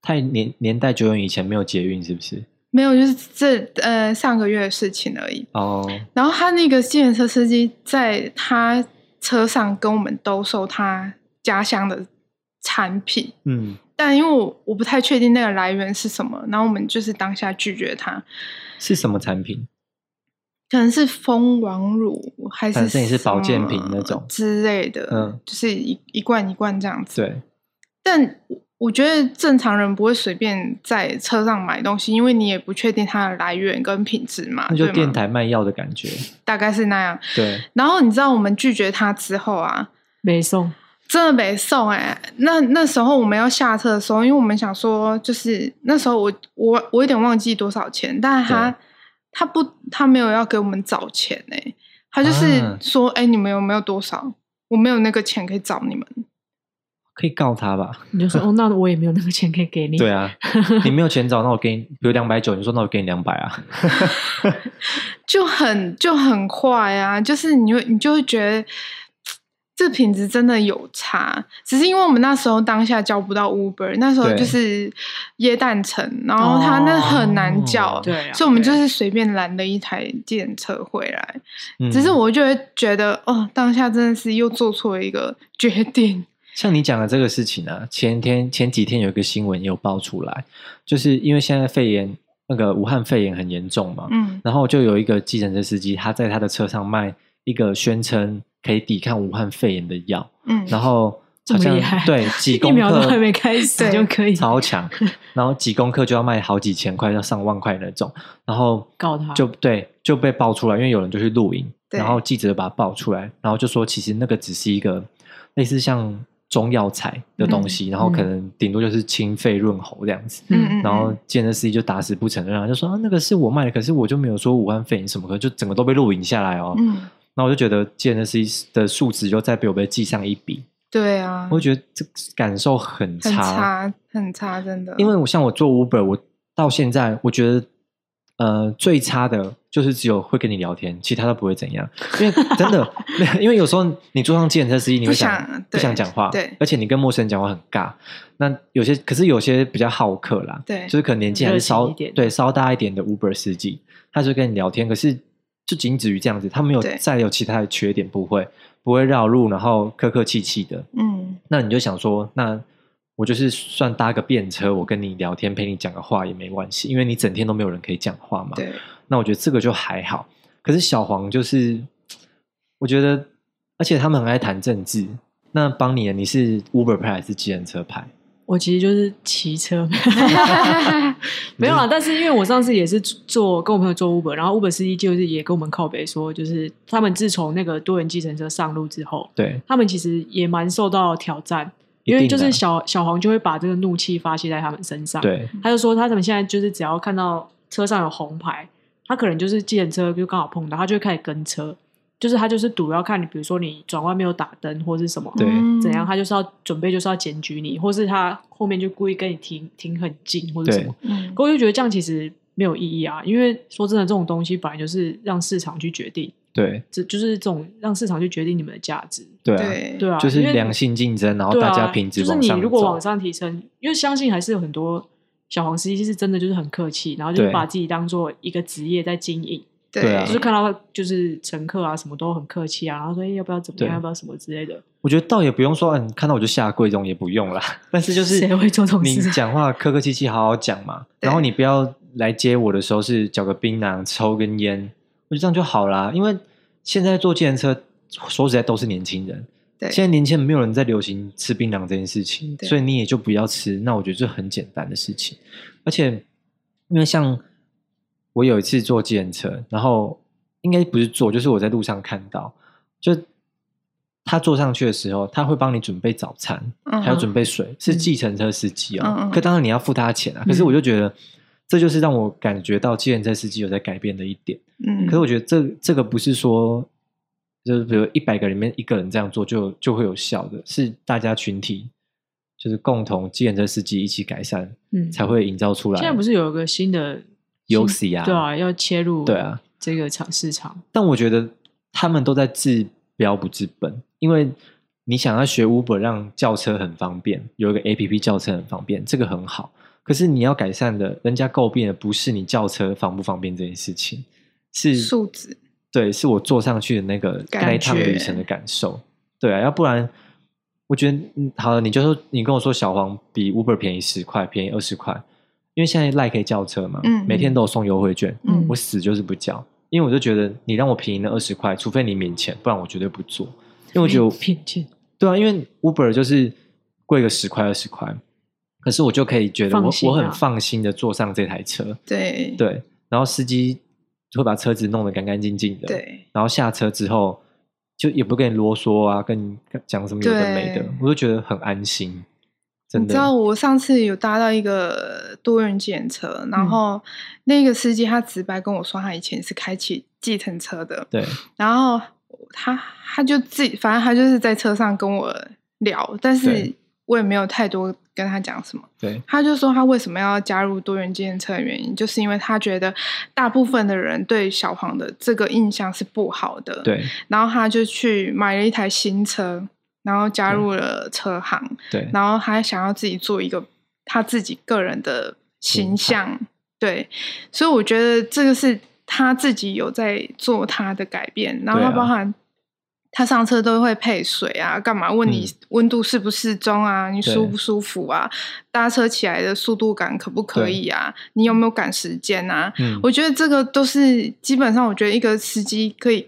Speaker 4: 太年年代久远以前没有捷运，是不是？
Speaker 1: 没有，就是这呃上个月的事情而已。
Speaker 4: 哦，
Speaker 1: 然后他那个计程车司机在他车上跟我们兜售他家乡的产品，
Speaker 4: 嗯，
Speaker 1: 但因为我我不太确定那个来源是什么，然后我们就是当下拒绝他，
Speaker 4: 是什么产品？
Speaker 1: 可能是蜂王乳还是
Speaker 4: 反正也是
Speaker 1: 什么
Speaker 4: 保健品那种
Speaker 1: 之类的，
Speaker 4: 嗯
Speaker 1: 就是一一罐一罐这样子。
Speaker 4: 对，
Speaker 1: 但我我觉得正常人不会随便在车上买东西，因为你也不确定它的来源跟品质嘛，
Speaker 4: 那就
Speaker 1: 啊对
Speaker 4: 电
Speaker 1: 吗？
Speaker 4: 台卖药的感觉。
Speaker 1: 大概是那样。
Speaker 4: 对，
Speaker 1: 然后你知道我们拒绝他之后啊，
Speaker 3: 北宋
Speaker 1: 真的没送哎、那那时候我们要下车的时候，因为我们想说，就是那时候我我我有点忘记多少钱，但是他
Speaker 4: 对
Speaker 1: 他不他没有要给我们找钱哎、他就是
Speaker 4: 啊
Speaker 1: 说哎、你们有没有多少？我没有那个钱可以找你们。
Speaker 4: 可以告他吧？
Speaker 3: 你 就说哦，那我也没有那个钱可以给你。
Speaker 4: 对啊，你没有钱找，那我给你，比如两百九，你说那我给你两百啊？
Speaker 1: 就很就很快啊，就是你会你就会觉得这品质真的有差，只是因为我们那时候当下叫不到 Uber，那时候
Speaker 4: 对
Speaker 1: 就是耶诞城，然后它那很难叫，
Speaker 4: 哦
Speaker 3: 对啊
Speaker 1: 所以我们就
Speaker 3: 对
Speaker 1: 是随便拦了一台电车回来，
Speaker 4: 嗯
Speaker 1: 只是我就会觉得哦，当下真的是又做错了一个决定，
Speaker 4: 像你讲的这个事情啊，前天前几天有一个新闻也有爆出来，就是因为现在肺炎那个武汉肺炎很严重嘛，
Speaker 1: 嗯
Speaker 4: 然后就有一个计程车司机，他在他的车上卖一个宣称可以抵抗武汉肺炎的药，
Speaker 1: 嗯，
Speaker 4: 然后
Speaker 3: 这
Speaker 4: 好
Speaker 3: 么
Speaker 4: 像
Speaker 3: 厉害
Speaker 4: 对 几
Speaker 3: 疫
Speaker 4: 公
Speaker 3: 苗都
Speaker 4: 克
Speaker 3: 还没开始
Speaker 1: 对
Speaker 3: 就可以
Speaker 4: 超 强，然后几公克就要卖好几千块到上万块那种，然后
Speaker 3: 告他
Speaker 4: 就对就被爆出来，因为有人就去录影，
Speaker 1: 对
Speaker 4: 然后记者把它爆出来，然后就说其实那个只是一个类似像中药材的
Speaker 3: 嗯
Speaker 4: 东西，然后可能顶多就是清肺润喉这样子。
Speaker 1: 嗯嗯，
Speaker 4: 然后健身司机就打死不承认啊，就说啊那个是我卖的，可是我就没有说武汉肺炎什么，可就整个都被录影下来哦。
Speaker 1: 嗯，
Speaker 4: 那我就觉得健身司机的数值又再被我被记上一笔，
Speaker 1: 对啊，
Speaker 4: 我觉得这感受很
Speaker 1: 很
Speaker 4: 差，
Speaker 1: 差很差，真的，
Speaker 4: 因为我像我做 Uber，我到现在我觉得，呃，最差的就是只有会跟你聊天，其他都不会怎样。因为 真的，因为有时候你坐上计程车司机，你会想
Speaker 1: 不想
Speaker 4: 不想
Speaker 1: 对
Speaker 4: 讲话，
Speaker 1: 对
Speaker 4: 而且你跟陌生人讲话很尬。那有些可是有些比较好客啦，
Speaker 1: 对
Speaker 4: 就是可能年纪还是稍
Speaker 3: 热情一点
Speaker 4: 对稍大一点的 Uber 司机，他就跟你聊天，可是就仅止于这样子，他没有
Speaker 1: 对
Speaker 4: 再有其他的缺点，不会不会绕路，然后客客气气的，
Speaker 1: 嗯
Speaker 4: 那你就想说，那我就是算搭个便车，我跟你聊天，陪你讲个话也没关系，因为你整天都没有人可以讲话嘛。
Speaker 1: 对，
Speaker 4: 那我觉得这个就还好。可是小黄就是，我觉得，而且他们很爱谈政治。那帮你，你是 Uber 派还是计程车派？
Speaker 3: 我其实就是骑 车，没有啦。啊但是因为我上次也是坐跟我朋友坐 Uber，然后 Uber 司机就是也跟我们靠北说，就是他们自从那个多人计程车上路之后，
Speaker 4: 对，
Speaker 3: 他们其实也蛮受到挑战，
Speaker 4: 一
Speaker 3: 因为
Speaker 4: 定
Speaker 3: 就是
Speaker 4: 的
Speaker 3: 小小黄就会把这个怒气发泄在他们身上。，
Speaker 4: 对，
Speaker 3: 他就说他怎么现在就是只要看到车上有红牌，他可能就是计程车就刚好碰到，他就会开始跟车，就是他就是赌要看你，比如说你转弯没有打灯或是什么，
Speaker 4: 对
Speaker 1: 嗯
Speaker 3: 怎样，他就是要准备就是要检举你，或是他后面就故意跟你停停很近或者什么。
Speaker 1: 嗯
Speaker 3: 可我就觉得这样其实没有意义啊，因为说真的，这种东西本来就是让市场去决定，
Speaker 4: 对，
Speaker 3: 这就是这种让市场去决定你们的价值，
Speaker 4: 对啊，
Speaker 1: 对
Speaker 3: 对啊，
Speaker 4: 就是
Speaker 3: 因为
Speaker 4: 良性竞争，然后
Speaker 3: 对
Speaker 4: 大
Speaker 3: 啊
Speaker 4: 家品质
Speaker 3: 就是
Speaker 4: 往
Speaker 3: 你
Speaker 4: 上
Speaker 3: 如果
Speaker 4: 走
Speaker 3: 往上提升，因为相信还是有很多小黄司机是真的就是很客气，然后就是
Speaker 4: 对
Speaker 3: 把自己当做一个职业在经营，
Speaker 4: 对啊
Speaker 3: 就是看到就是乘客啊什么都很客气啊，然后说、哎要不要怎么
Speaker 4: 对
Speaker 3: 样，要不要什么之类的，
Speaker 4: 我觉得倒也不用说，嗯，看到我就下跪这种也不用啦。 但是就是
Speaker 3: 谁会做这种事啊
Speaker 4: 你讲话客客气气，好好讲嘛。
Speaker 1: 对
Speaker 4: 然后你不要来接我的时候是嚼个槟榔、抽根烟，我觉得这样就好啦。因为现在坐计程车，说实在都是年轻人，
Speaker 1: 对
Speaker 4: 现在年轻人没有人在流行吃槟榔这件事情，
Speaker 1: 对
Speaker 4: 所以你也就不要吃。那我觉得这很简单的事情，而且因为像我有一次坐计程车，然后应该不是坐，就是我在路上看到，就他坐上去的时候，他会帮你准备早餐，
Speaker 1: 嗯
Speaker 4: 还有准备水，是计程车司机哦。
Speaker 1: 嗯嗯
Speaker 4: 可当然你要付他钱啊。可是我就觉得，这就是让我感觉到计程车司机有在改变的一点。
Speaker 1: 嗯，
Speaker 4: 可是我觉得这这个不是说，就是比如一百个里面一个人这样做就就会有效的，是大家群体就是共同计程车司机一起改善，
Speaker 3: 嗯
Speaker 4: 才会营造出来。
Speaker 3: 现在不是有一个新的
Speaker 4: Yoxi 啊
Speaker 3: 对啊，要切入
Speaker 4: 对啊
Speaker 3: 这个场市场，
Speaker 4: 但我觉得他们都在治标不治本，因为你想要学 Uber 让轿车很方便，有一个 APP 轿车很方便，这个很好。可是你要改善的，人家诟病的不是你轿车方不方便这件事情，是
Speaker 1: 素质，
Speaker 4: 对，是我坐上去的那个
Speaker 1: 感觉
Speaker 4: 那一趟旅程的感受。对啊，要不然我觉得嗯好了，你就说你跟我说小黄比 Uber 便宜十块，便宜二十块，因为现在赖可以叫车嘛，
Speaker 1: 嗯
Speaker 4: 每天都有送优惠券，
Speaker 1: 嗯
Speaker 4: 我死就是不叫，因为我就觉得你让我便宜那二十块，除非你免钱，不然我绝对不做。因为我觉得
Speaker 3: 偏见
Speaker 4: 对啊，因为 Uber 就是贵个十块二十块，可是我就可以觉得我、
Speaker 3: 放心啊
Speaker 4: 我很放心的坐上这台车，
Speaker 1: 对
Speaker 4: 对，然后司机会把车子弄得干干净净的，
Speaker 1: 对
Speaker 4: 然后下车之后就也不跟你啰嗦啊，跟你讲什么有的没的
Speaker 1: 对，
Speaker 4: 我就觉得很安心，真
Speaker 1: 你知道
Speaker 4: 的。
Speaker 1: 我上次有搭到一个多人计程车，然
Speaker 3: 嗯
Speaker 1: 后那个司机他直白跟我说，他以前是开起计程车的，
Speaker 4: 对，
Speaker 1: 然后他他就自己，反正他就是在车上跟我聊，但是
Speaker 4: 对
Speaker 1: 我也没有太多跟他讲什么。
Speaker 4: 对，
Speaker 1: 他就说他为什么要加入多元计程车的原因，就是因为他觉得大部分的人对小黄的这个印象是不好的。，
Speaker 4: 对，
Speaker 1: 然后他就去买了一台新车，然后
Speaker 4: 嗯
Speaker 1: 加入了车行。
Speaker 4: 对，
Speaker 1: 然后他想要自己做一个他自己个人的形象，对，所以我觉得这个是他自己有在做他的改变，然后他
Speaker 4: 对啊
Speaker 1: 包含他上车都会配水啊，干嘛问你温度适不适中啊，你舒
Speaker 4: 嗯对
Speaker 1: 不舒服啊，搭车起来的速度感可不可以啊，你有没有赶时间啊？
Speaker 4: 嗯，
Speaker 1: 我觉得这个都是基本上，我觉得一个司机可以。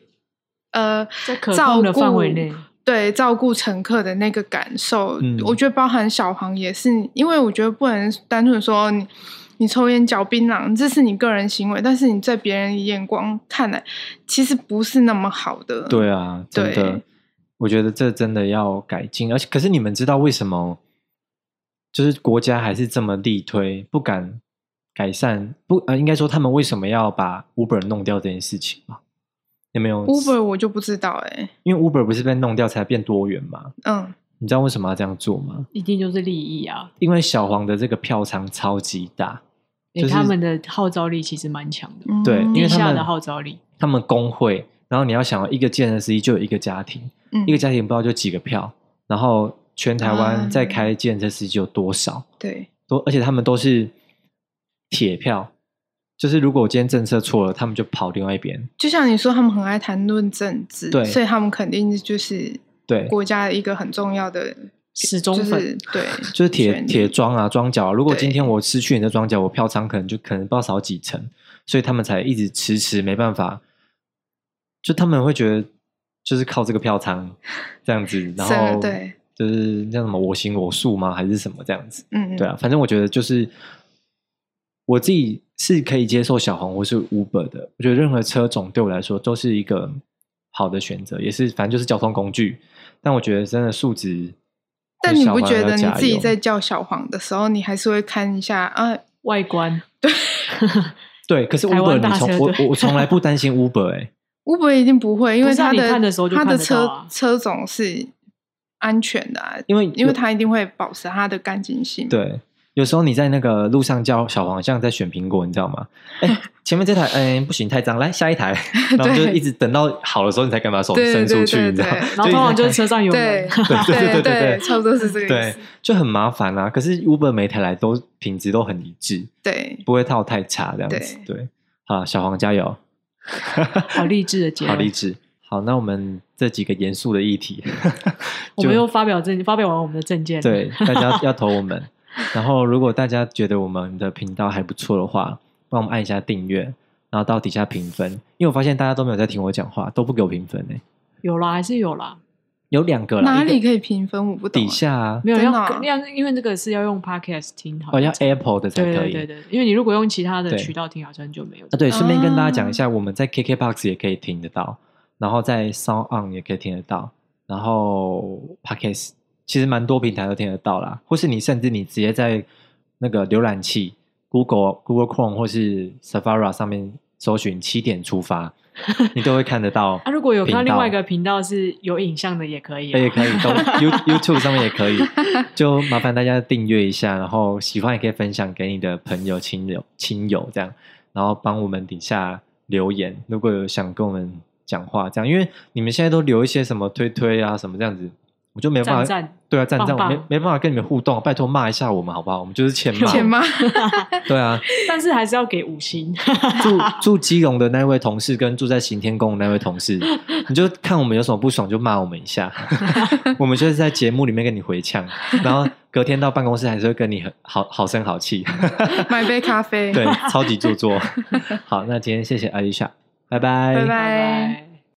Speaker 1: 呃，
Speaker 3: 在可控
Speaker 1: 照
Speaker 3: 的
Speaker 1: 顾
Speaker 3: 范围内，
Speaker 1: 对照顾乘客的那个感受，
Speaker 4: 嗯
Speaker 1: 我觉得包含小黄也是，因为我觉得不能单纯说你你抽烟嚼槟榔，这是你个人行为，但是你在别人的眼光看来，其实不是那么好的。
Speaker 4: 对啊，真的
Speaker 1: 嗯对，
Speaker 4: 我觉得这真的要改进。而且，可是你们知道为什么？就是国家还是这么力推，不敢改善，不呃，应该说他们为什么要把 Uber 弄掉这件事情吗？有没有
Speaker 1: ，Uber 我就不知道哎、
Speaker 4: 因为 Uber 不是被弄掉才变多元嘛？
Speaker 1: 嗯，
Speaker 4: 你知道为什么要这样做吗？
Speaker 3: 一定就是利益啊。
Speaker 4: 因为小黄的这个票仓超级大，
Speaker 3: 诶
Speaker 4: 就是
Speaker 3: 欸他们的号召力其实蛮强的，
Speaker 1: 嗯
Speaker 4: 对因
Speaker 3: 地
Speaker 4: 为他
Speaker 3: 下
Speaker 4: 们
Speaker 3: 的号召力，
Speaker 4: 他们工会，然后你要想哦一个健身司机就有一个家庭，
Speaker 1: 嗯
Speaker 4: 一个家庭不知道就几个票，然后全台
Speaker 1: 啊
Speaker 4: 湾在开健身司机有多少？
Speaker 1: 对
Speaker 4: 多，而且他们都是铁票，就是如果我今天政策错了，他们就跑另外一边。
Speaker 1: 就像你说，他们很爱谈论政治，
Speaker 4: 对
Speaker 1: 所以他们肯定就是
Speaker 4: 对，
Speaker 1: 国家的一个很重要的
Speaker 3: 死忠
Speaker 1: 就
Speaker 3: 粉
Speaker 1: 是 对，
Speaker 4: 就是铁
Speaker 1: 权利
Speaker 4: 铁桩啊，桩脚啊。如果
Speaker 1: 对
Speaker 4: 今天我失去你的桩脚，我票仓可能就可能不知道少几层，所以他们才一直迟迟没办法。就他们会觉得，就是靠这个票仓这样子，
Speaker 1: 真的
Speaker 4: 然后
Speaker 1: 啊对，
Speaker 4: 就是叫什么我行我素吗？还是什么这样子？
Speaker 1: 嗯，
Speaker 4: 对啊，反正我觉得就是我自己是可以接受小红或是 Uber 的，我觉得任何车种对我来说都是一个好的选择，也是反正就是交通工具。但我觉得真的素质，
Speaker 1: 但你不觉得你自己在
Speaker 4: 在？
Speaker 1: 叫小黄的时候，你还是会看一下啊？
Speaker 3: 外观
Speaker 4: 对，可是
Speaker 3: 台湾
Speaker 4: Uber
Speaker 3: 大
Speaker 4: 你从
Speaker 3: 车
Speaker 4: 我
Speaker 3: 队
Speaker 4: 我我从来不担心 Uber 哎、
Speaker 1: 乌伯一定不会，因为
Speaker 3: 不是啊
Speaker 1: 他的
Speaker 3: 你看的时候就
Speaker 1: 他
Speaker 3: 看
Speaker 1: 的
Speaker 3: 得到
Speaker 1: 车
Speaker 3: 啊
Speaker 1: 车种是安全的、啊，
Speaker 4: 因为
Speaker 1: 因为他一定会保持他的干净性。，
Speaker 4: 对。有时候你在那个路上叫小黄，像在选苹果，你知道吗？哎、前面这台嗯、不行，太脏，来下 一台，然后就
Speaker 1: 对
Speaker 4: 一直等到好的时候，你才敢把手
Speaker 1: 对
Speaker 4: 伸出
Speaker 1: 对
Speaker 4: 去，
Speaker 1: 对
Speaker 4: 你知道
Speaker 1: 对
Speaker 4: 吗？
Speaker 3: 然后通常就是
Speaker 4: 一直在
Speaker 3: 车上有
Speaker 1: 对
Speaker 3: 人，
Speaker 4: 对对对
Speaker 1: 对
Speaker 4: 对对
Speaker 1: 差不多是这个意
Speaker 4: 对
Speaker 1: 思。，
Speaker 4: 就很麻烦啊啦、可是 Uber 每台来都品质都很一致，
Speaker 1: 对，
Speaker 4: 不会套太差这样子。对，好，小黄加油，
Speaker 3: 好励志的结
Speaker 4: 好励
Speaker 3: 尾。
Speaker 4: 志。好，那我们这几个严肃的议 题，
Speaker 3: 我们又发表证，发表完我们的证件，
Speaker 4: 对，大家要投我们。然后，如果大家觉得我们的频道还不错的话，帮我们按一下订阅，然后到底下评分。因为我发现大家都没有在听我讲话，都不给我评分呢、欸
Speaker 3: 有啦，还是有啦。
Speaker 4: 有两个啦，
Speaker 1: 哪
Speaker 4: 啊一个
Speaker 1: 里可以评分？我不懂啊。
Speaker 4: 底下啊，
Speaker 3: 没有
Speaker 1: 真
Speaker 3: 要
Speaker 1: 的啊
Speaker 3: 要，因为这个是要用 podcast 听，好
Speaker 4: 哦，要
Speaker 3: 像才
Speaker 4: Apple 的才
Speaker 3: 对
Speaker 4: 可
Speaker 3: 对
Speaker 4: 以。
Speaker 3: 对对，因为你如果用其他的
Speaker 4: 对
Speaker 3: 渠道听，好像就没有哦
Speaker 4: 啊，。对，顺便跟大家讲
Speaker 1: 啊
Speaker 4: 一下，我们在 KKBox 也可以听得到，然后在 Sound On 也可以听得到，然后 Podcast 其实蛮多平台都听得到啦，或是你甚至你直接在那个浏览器 Google Google Chrome 或是 Safari 上面搜寻七点出发， 你都会看得到
Speaker 3: 啊，。如果有看到
Speaker 4: 频道
Speaker 3: 另外一个频道是有影像的，也可以啊。
Speaker 4: 也可以，都 You YouTube 上面也可以，就麻烦大家订阅一下，然后喜欢也可以分享给你的朋友、亲友、亲友这样，然后帮我们底下留言，如果有想跟我们讲话这样，因为你们现在都留一些什么推推啊什么这样子，我就没有办法，
Speaker 3: 赞赞
Speaker 4: 对啊，赞赞，
Speaker 3: 棒棒
Speaker 4: 我没没办法跟你们互动，拜托骂一下我们好不好？我们就是欠 骂，
Speaker 1: 钱吗？
Speaker 4: 对啊，
Speaker 3: 但是还是要给五星。
Speaker 4: 住住基隆的那位同事跟住在行天宫的那位同事，你就看我们有什么不爽就骂我们一下， 我们就是在节目里面跟你回呛，然后隔天到办公室还是会跟你很好好声好气，
Speaker 1: 买杯咖啡。
Speaker 4: 对，超级做作。好，那今天谢谢艾丽莎，拜拜，
Speaker 1: 拜拜
Speaker 3: 拜拜。